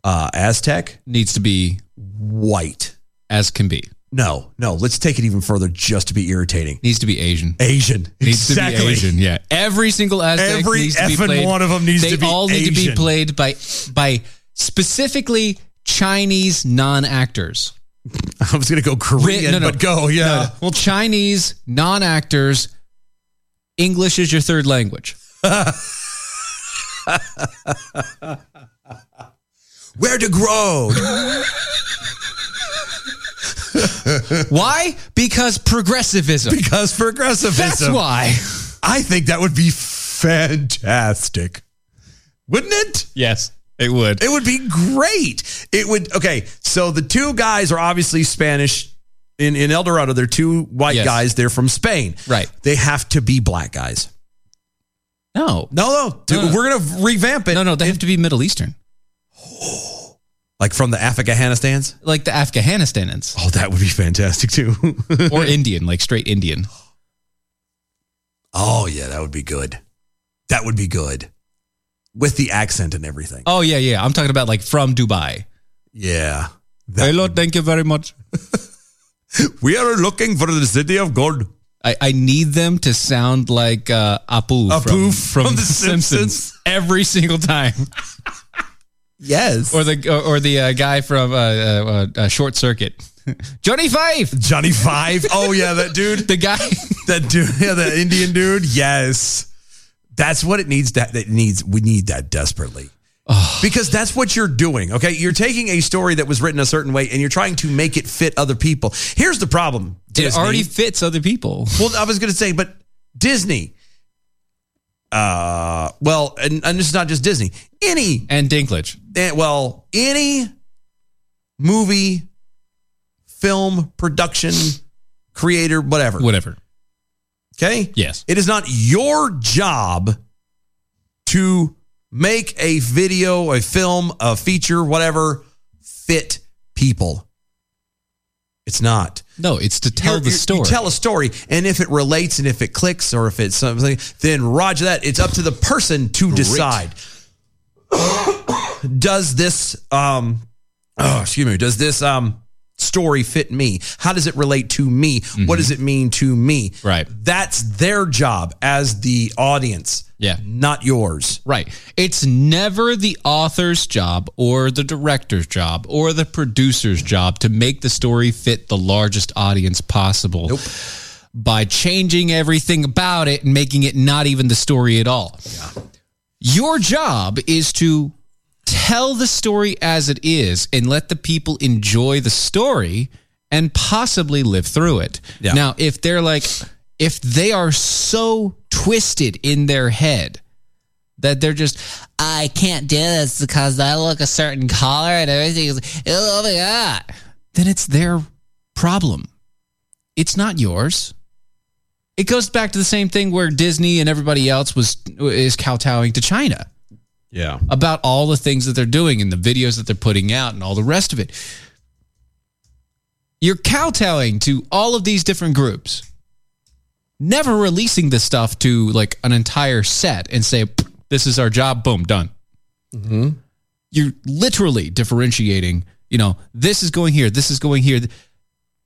B: uh, Aztec
C: Needs to be
B: white.
C: as can be.
B: No, no. Let's take it even further just to be irritating.
C: Needs to be Asian.
B: Asian.
C: Needs to be
B: exactly.
C: Asian. Yeah. Every single Aztec
B: Every
C: needs to be
B: effing
C: played.
B: one of 'em needs
C: they
B: to be
C: all need to be
B: Asian.
C: played by by specifically Chinese non-actors.
B: (laughs) I was going to go
C: Ri-
B: Korean,
C: no, no.
B: but go, yeah.
C: No, no. Well, Chinese non-actors. English is your third language.
B: Where to
C: (laughs)
B: grow?
C: Why? Because progressivism.
B: because progressivism.
C: That's why.
B: I think that would be fantastic. Wouldn't it?
C: Yes, it would.
B: It would be great. It would okay. So the two guys are obviously Spanish in, in El Dorado. They're two white
C: Yes.
B: guys. They're from Spain.
C: Right.
B: They have to be black guys.
C: No.
B: No, no. dude,
C: No, no.
B: We're gonna revamp it.
C: No, no, they have to be Middle Eastern.
B: Like from the Afghanistan's?
C: Like the Afghanistanans.
B: Oh, that would be fantastic too. (laughs)
C: Or Indian, like straight Indian.
B: oh yeah, that would be good. That would be good. With the accent and everything.
C: Oh yeah, yeah. I'm talking about like from Dubai.
B: Yeah. That-
C: Hello, thank you very much.
B: We are looking for the city of gold.
C: I, I need them to sound like uh, Apu, from,
B: Apu from The Simpsons.
C: every single time,
B: Yes.
C: or the or, or the uh, guy from uh, uh, uh, Short Circuit, (laughs) Johnny Five, (laughs)
B: Johnny Five. Oh yeah, that dude.
C: the guy.
B: That dude. (laughs) Yeah, that Indian dude. Yes. That's what it needs. That that needs. We need that desperately. Because that's what you're doing. Okay. You're taking a story that was written a certain way and you're trying to make it fit other people. Here's the problem.
C: It
B: Disney.
C: already fits other people.
B: Well, I was going to say, but Disney. Uh, well, and, and this is not just Disney. Any
C: And Dinklage,
B: eh, well, any movie, film, production, creator, whatever.
C: whatever.
B: Okay?
C: Yes.
B: It is not your job to make a video, a film, a feature, whatever, fit people. It's not.
C: No, it's to tell
B: You're-
C: the
B: you're-
C: story.
B: You tell a story, and if it relates, and if it clicks, or if it's something, then Roger that. It's up to the person to decide. (coughs) does this um, oh, excuse me, does this um story fit me? How does it relate to me? What does it mean to me?
C: Mm-hmm. Right.
B: That's their job as the audience.
C: Yeah.
B: Not yours.
C: Right. It's never the author's job or the director's job or the producer's job to make the story fit the largest audience possible
B: Nope.
C: by changing everything about it and making it not even the story at all. Your job is to tell the story as it is and let the people enjoy the story and possibly live through it.
B: Yeah.
C: Now, if they're like, if they are so twisted in their head that they're just, I can't do this because I look a certain color and everything is, oh my God, then it's their problem. It's not yours. It goes back to the same thing where Disney and everybody else was is kowtowing to China
B: Yeah.
C: about all the things that they're doing and the videos that they're putting out and all the rest of it. You're kowtowing to all of these different groups, never releasing this stuff to like an entire set and say, this is our job, boom, done. Mm-hmm. You're literally differentiating, you know, this is going here, this is going here.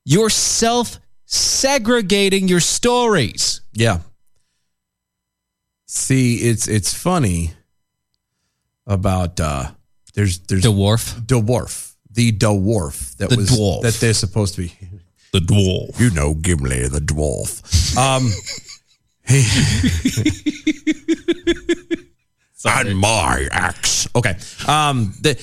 C: You're self segregating your stories.
B: Yeah. See, it's it's funny about uh there's there's
C: Dwarf.
B: dwarf, the dwarf that
C: The
B: was
C: dwarf.
B: that they're supposed to be.
C: The dwarf.
B: You know, Gimli the dwarf. Um,
C: (laughs)
B: he- and my axe. Okay. Um, the,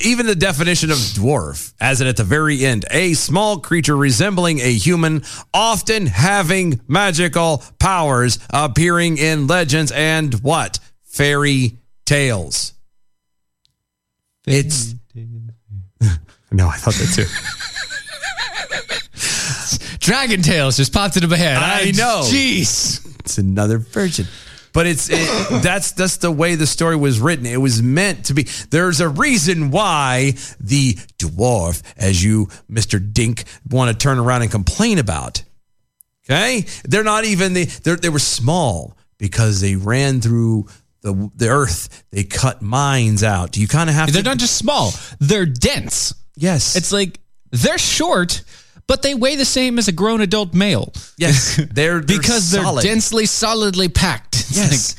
B: even the definition of dwarf, as in at the very end, a small creature resembling a human, often having magical powers, appearing in legends and what? Fairy tales. It's. no, I thought that too.
C: Dragon Tales just popped into my head.
B: I know.
C: Jeez.
B: It's another version. But it's it, (coughs) that's that's the way the story was written. It was meant to be. There's a reason why the dwarf, as you, Mister Dink, want to turn around and complain about. Okay, they're not even the they're, they were small because they ran through the the earth. They cut mines out. You kind of have
C: They're
B: to.
C: not just small, they're dense.
B: Yes.
C: It's like they're short, but they weigh the same as a grown adult male. (laughs)
B: Yes. They're, they're
C: because they're
B: solid.
C: densely, solidly packed. It's
B: Yes.
C: like,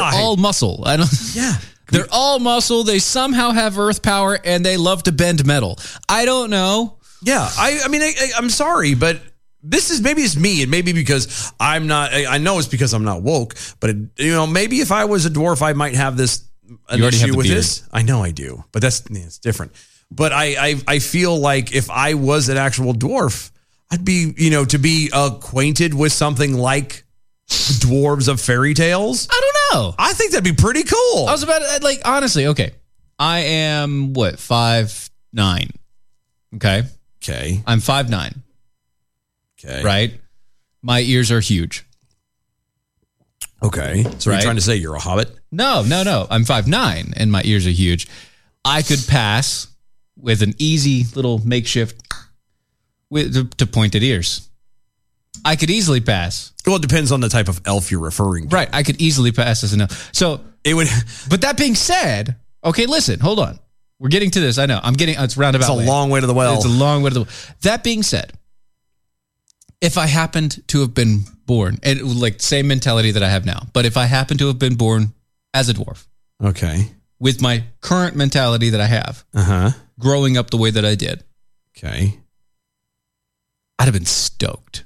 B: Why?
C: They're all muscle. I don't.
B: Yeah.
C: (laughs) They're all muscle. They somehow have earth power, and they love to bend metal. I don't know.
B: Yeah, I, I mean, I, I, I'm sorry, but this is maybe it's me, and maybe because I'm not. I, I know it's because I'm not woke, but it, you know, maybe if I was a dwarf, I might have this an
C: You already
B: issue
C: have the
B: with
C: beard.
B: this. I know I do, but that's yeah, it's different. But I, I, I feel like if I was an actual dwarf, I'd be, you know, to be acquainted with something like dwarves of fairy tales.
C: I don't know.
B: I think that'd be pretty cool.
C: I was about to, like honestly, okay. I am what five nine. Okay,
B: okay,
C: I'm five nine.
B: okay,
C: Right, my ears are huge.
B: okay. So you're
C: Right.
B: trying to say you're a hobbit?
C: No, no, no. I'm five nine, and my ears are huge. I could pass with an easy little makeshift with to, to pointed ears. I could easily pass.
B: Well, it depends on the type of elf you're referring to.
C: Right, I could easily pass as an elf. So
B: It would.
C: But that being said, okay, listen, hold on. We're getting to this. I know. I'm getting. It's roundabout.
B: It's a
C: way.
B: long way to the well.
C: It's a long way to the. That being said, if I happened to have been born, and it was like same mentality that I have now, but if I happened to have been born as a dwarf
B: Okay.
C: with my current mentality that I have,
B: Uh huh.
C: growing up the way that I did,
B: Okay.
C: I'd have been stoked.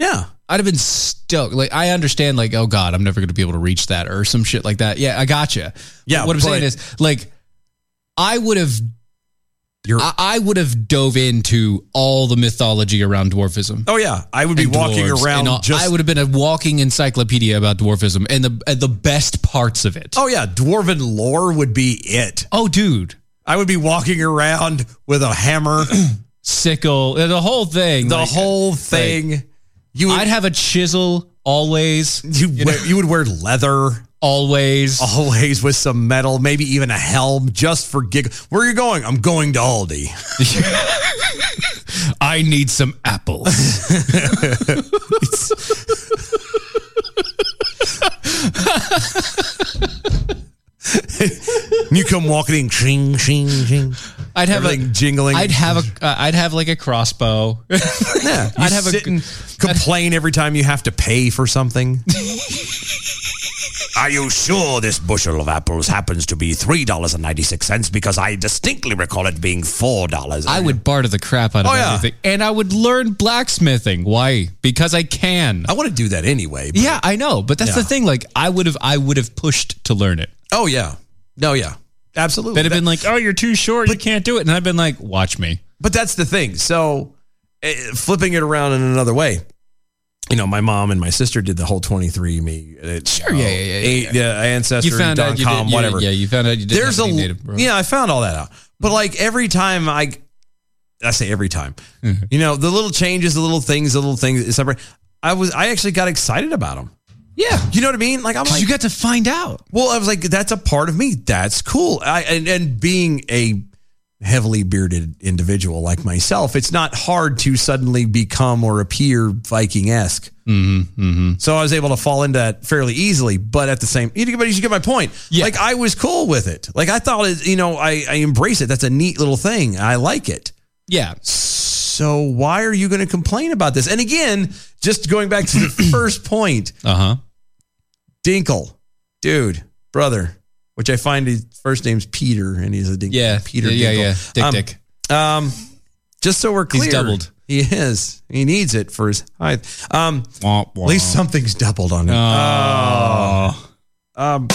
B: Yeah.
C: I'd have been stoked. Like I understand, like oh god, I'm never going to be able to reach that or some shit like that. Yeah, I gotcha.
B: Yeah,
C: But what I'm
B: but-
C: saying is, like, I would have
B: You're.
C: I, I would have dove into all the mythology around dwarfism.
B: oh yeah, I would be
C: and
B: walking
C: dwarves
B: around
C: and all-
B: just.
C: I would have been a walking encyclopedia about dwarfism and the and the best parts of it.
B: oh yeah, dwarven lore would be it.
C: Oh, dude,
B: I would be walking around with a
C: (clears throat)
B: hammer,
C: sickle, the whole thing.
B: the
C: like,
B: whole thing. you would.
C: I'd have a chisel always,
B: (laughs) you, wear, you would wear leather
C: always.
B: always with some metal, maybe even a helm, just for gig. Where are you going? I'm going to Aldi.
C: (laughs) I need some apples.
B: you come walking in, (laughs) ching, ching, ching.
C: I'd have a
B: Everything jingling.
C: I'd have a uh, I'd have like a crossbow.
B: Yeah,
C: I'd have a
B: sit
C: g-
B: and complain every time you have to pay for
C: (laughs)
B: something. Are you sure this bushel of apples happens to be three dollars and ninety six cents? Because I distinctly recall it being four dollars.
C: (laughs) I would barter the crap out of
B: Oh, yeah.
C: everything, and I would learn blacksmithing. Why? Because I can.
B: I want to do that anyway. but-
C: Yeah, I know, but that's
B: Yeah.
C: the thing. Like, I would have, I would have pushed to learn it.
B: Oh yeah. No yeah. Absolutely.
C: They'd have been like, "Oh, you're too short, you can't do it," and I've been like, "Watch me."
B: But that's the thing. So eh, flipping it around in another way, you know, my mom and my sister did the whole 23andMe. Sure,
C: yeah, yeah, yeah, yeah,
B: uh, ancestry, dot com,
C: did-
B: whatever.
C: Yeah, you found out you did.
B: there's a yeah i found all that out but like every time i i say every time you know the little changes the little things the little things it's separate i was i actually got excited about them
C: yeah.
B: you know what i mean like i'm like
C: you got to find out.
B: well i was like that's a part of me that's cool i and, and being a heavily bearded individual like myself it's not hard to suddenly become or appear viking-esque
C: Mm-hmm,
B: so i was able to fall into that fairly easily but at the same you get- but you get my point
C: Yeah.
B: like i was cool with it like i thought it you know i i embrace it that's a neat little thing i like it
C: Yeah,
B: so why are you going to complain about this and again just going back
C: (clears throat)
B: to the first point
C: uh huh.
B: Dinkle, dude, brother, which I find his first name's Peter, and he's a Dinkle.
C: Yeah,
B: Peter.
C: Yeah, yeah, yeah.
B: Dinkle.
C: Dick,
B: um,
C: dick.
B: Um, just so we're clear,
C: doubled.
B: He is. He needs it for his height. Um,
C: Womp, womp.
B: at least something's doubled on him.
C: Oh.
B: Um,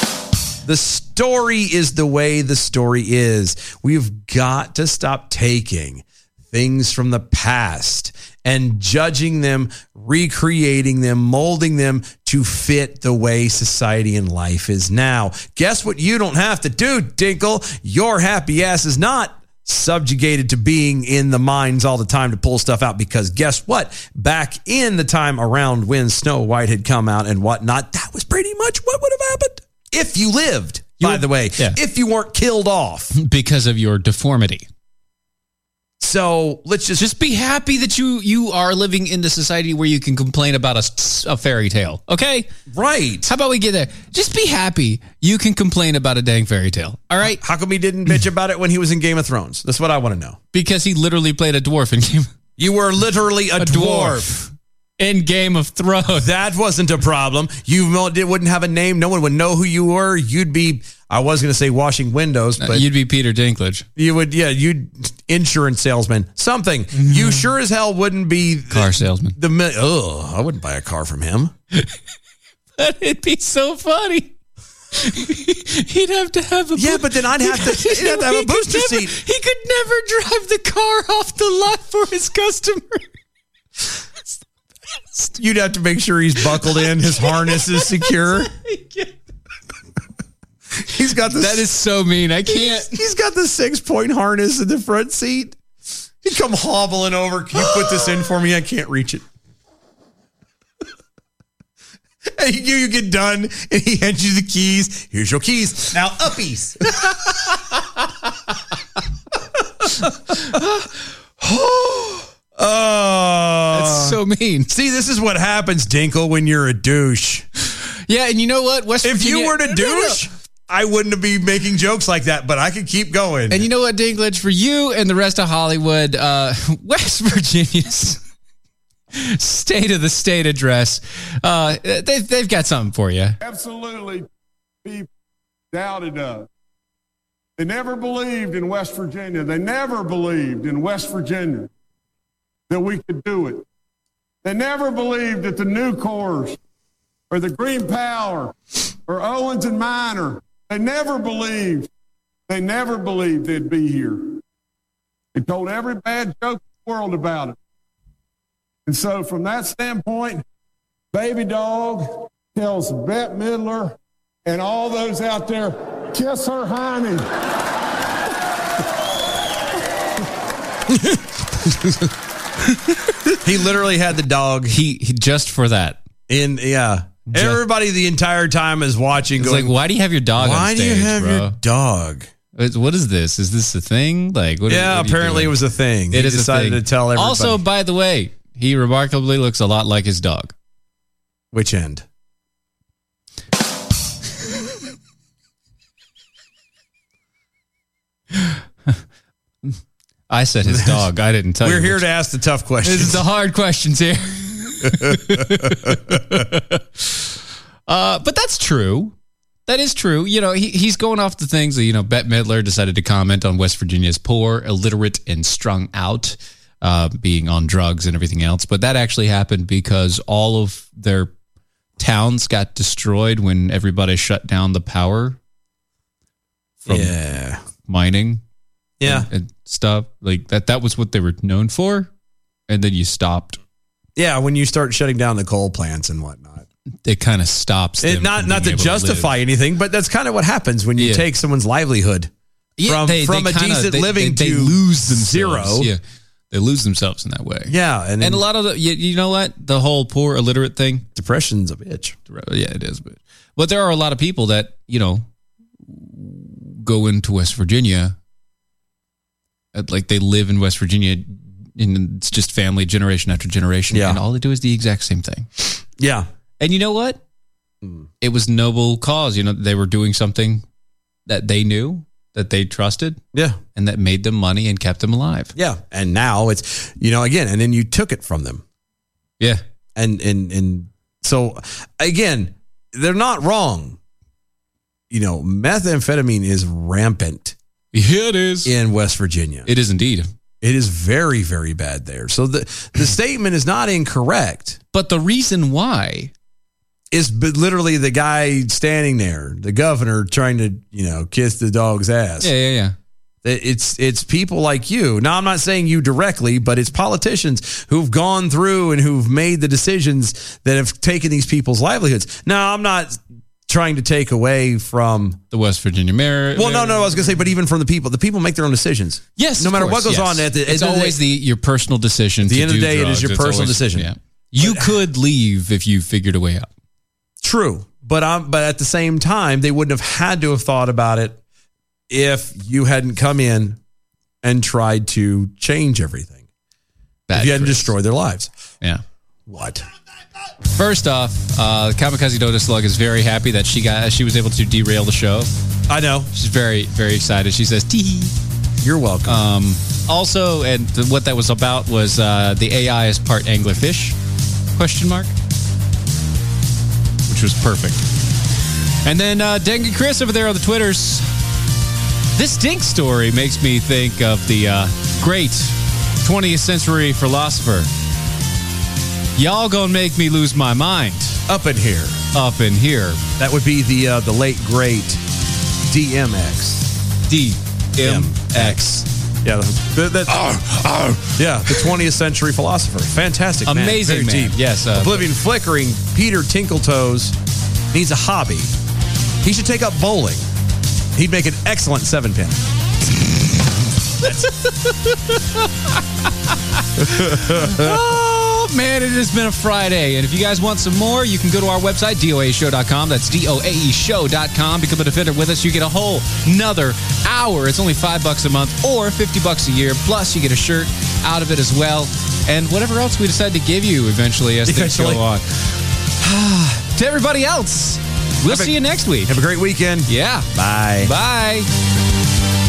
B: The story is the way the story is. We've got to stop taking things from the past and judging them, recreating them, molding them to fit the way society and life is now. Guess what? You don't have to do, Dinkle. Your happy ass is not subjugated to being in the mines all the time to pull stuff out because guess what? Back in the time around when Snow White had come out and whatnot, that was pretty much what would have happened if you lived. by the way,
C: yeah.
B: if you weren't killed off.
C: because of your deformity.
B: So let's just
C: just be happy that you you are living in the society where you can complain about a, s- a fairy tale. Okay,
B: right.
C: How about we get there? Just be happy you can complain about a dang fairy tale. All right.
B: How come he didn't bitch about it when he was in Game of Thrones? That's what I want to know.
C: Because he literally played a dwarf in Game.
B: You were literally a, dwarf.
C: in Game of Thrones.
B: That wasn't a problem. You mo- did- wouldn't have a name. No one would know who you were. You'd be. I was going to say washing windows,
C: Uh,
B: but
C: You'd be Peter Dinklage,
B: You would, yeah, you insurance salesman, something. You sure as hell wouldn't be the,
C: car salesman.
B: (laughs) the. mi- Ugh, I wouldn't buy a car from him.
C: But it'd be so funny. (laughs) He'd have to have a
B: Yeah, but then I'd
C: (laughs)
B: have to, (laughs) I'd have, to have a
C: He could
B: booster
C: never-
B: seat.
C: He could never drive the car off the lot for his customer.
B: You'd have to make sure he's buckled in, his harness is secure. (laughs) He's got the
C: That is so mean.
B: (laughs)
C: I can't.
B: he's got the six point harness in the front seat. He'd come hobbling over. Can you put this in for me? I can't reach it. (laughs) And you, you get done, and he hands you the keys. Here's your keys. Now uppies. oh,
C: That's so mean.
B: (laughs) see, this is what happens, Dinkle, when you're a douche.
C: Yeah, and you know what? West
B: If you
C: Virginia-
B: were
C: No,
B: to
C: no, no.
B: douche, I wouldn't be making jokes like that, but I could keep going.
C: And you know what, Dinklage, for you and the rest of Hollywood, uh, (laughs) West Virginia's (laughs) state of the state address, uh, they've, they've got something for you.
H: absolutely be doubted of. They never believed in West Virginia. They never believed in West Virginia that we could do it. They never believed that the New Corps or the Green Power or Owens and Minor, they never believed, they never believed they'd be here. They told every bad joke in the world about it. And so, from that standpoint, Baby Dog tells Bette Midler and all those out there, kiss her honey.
B: He literally had the dog
C: He, he just for that.
B: in. Yeah,
C: Just-
B: everybody the entire time is watching.
C: It's
B: going,
C: like, why do you have your dog
B: why
C: on
B: do
C: stage,
B: you have
C: bro?
B: your dog?
C: It's- What is this? Is this a thing? Like, what
B: yeah,
C: what you
B: apparently it
C: doing?
B: was a thing.
C: It
B: he
C: is
B: decided
C: a thing.
B: to tell everybody.
C: Also, by the way, he remarkably looks a lot like his dog.
B: which end?
C: I
B: (laughs)
C: said his dog. I didn't tell you.
B: We're here
C: which-
B: to ask the tough
C: This
B: questions.
C: is the hard questions here. uh, but that's true. That is true. You know, he, he's going off the things that, you know, Bette Midler decided to comment on West Virginia's poor, illiterate, and strung out, uh, being on drugs and everything else. But that actually happened because all of their towns got destroyed when everybody shut down the power from
B: yeah,
C: mining
B: yeah,
C: and stuff. Like that, that was what they were known for. And then you stopped
B: yeah. When you start shutting down the coal plants and whatnot,
C: it kind of stops.
B: it,
C: them
B: not
C: from
B: not to
C: being able
B: justify
C: live.
B: anything, but that's kind of what happens when you
C: Yeah.
B: take someone's livelihood
C: Yeah,
B: from
C: they-
B: from
C: they
B: a
C: kinda-
B: decent
C: they-
B: living
C: they, they
B: to
C: lose
B: zero.
C: themselves. Yeah, they lose themselves in that way.
B: yeah, and,
C: and a lot of the you, you know what the whole poor illiterate thing.
B: depression's a bitch.
C: Yeah, it is, but but there are a lot of people that you know go into West Virginia, at, like they live in West Virginia. And it's just family generation after generation,
B: Yeah.
C: and all they do is the exact same thing.
B: Yeah,
C: And you know what? It was noble cause. You know, they were doing something that they knew, that they trusted,
B: yeah.
C: and that made them money and kept them alive.
B: Yeah. And now it's, you know, again, and then you took it from them.
C: Yeah.
B: And, and, and so again, they're not wrong. You know, methamphetamine is rampant
C: It is.
B: in West Virginia.
C: It is indeed.
B: it is very, very
C: (clears throat)
B: bad there. So the, the statement is not incorrect.
C: But the reason why
B: It's b- literally the guy standing there, the governor trying to, you know, kiss the dog's ass.
C: Yeah, yeah, yeah.
B: It- It's it's people like you. Now I'm not saying you directly, but it's politicians who've gone through and who've made the decisions that have taken these people's livelihoods. Now I'm not trying to take away from
C: the West Virginia mayor.
B: Well, no, no, I was going to say, but even from the people, the people make their own decisions.
C: Yes,
B: no
C: of
B: matter what
C: course,
B: goes
C: yes.
B: on. At the, at
C: it's
B: the end of the
C: always
B: day-
C: the your personal decision.
B: At the
C: to
B: end of
C: do
B: the day, it is
C: drugs.
B: your
C: It's
B: personal decision.
C: Yeah. You could leave if you figured a way out.
B: True, but I'm but at the same time, they wouldn't have had to have thought about it if you hadn't come in and tried to change everything. if you hadn't destroyed their lives,
C: Yeah.
B: what?
C: First off, uh, Kamikaze Doda Slug is very happy that she got she was able to derail the show.
B: I know
C: she's very very excited. She says, "Tee." hee."
B: You're welcome.
C: Um, also, and th- what that was about was uh, the AI is part anglerfish? Question mark. Which was perfect. And then uh, Dengue Chris over there on the Twitters. This dink story makes me think of the uh, great 20th century philosopher. Y'all gonna make me lose my mind.
B: Up in here.
C: Up in here.
B: That would be the uh, the late great DMX.
C: DMX.
B: Yeah. The, the, yeah, the 20th century philosopher. Fantastic. man.
C: Amazing
B: Very
C: man.
B: deep.
C: Yes, uh,
B: Oblivion flickering. Peter Tinkletoes needs a hobby. He should take up bowling. He'd make an excellent seven pin.
C: oh man, it has been a Friday. And if you guys want some more, you can go to our website, doaeshow.com. That's E doaeshow.com. Become a defender with us. You get a whole another hour. It's only five bucks a month or 50 bucks a year. Plus, you get a shirt out of it as well. And whatever else we decide to give you
B: (laughs)
C: eventually as things go
B: Eventually.
C: on. (sighs) to everybody else, we'll see you next week.
B: Have a great weekend.
C: Yeah.
B: Bye.
C: Bye.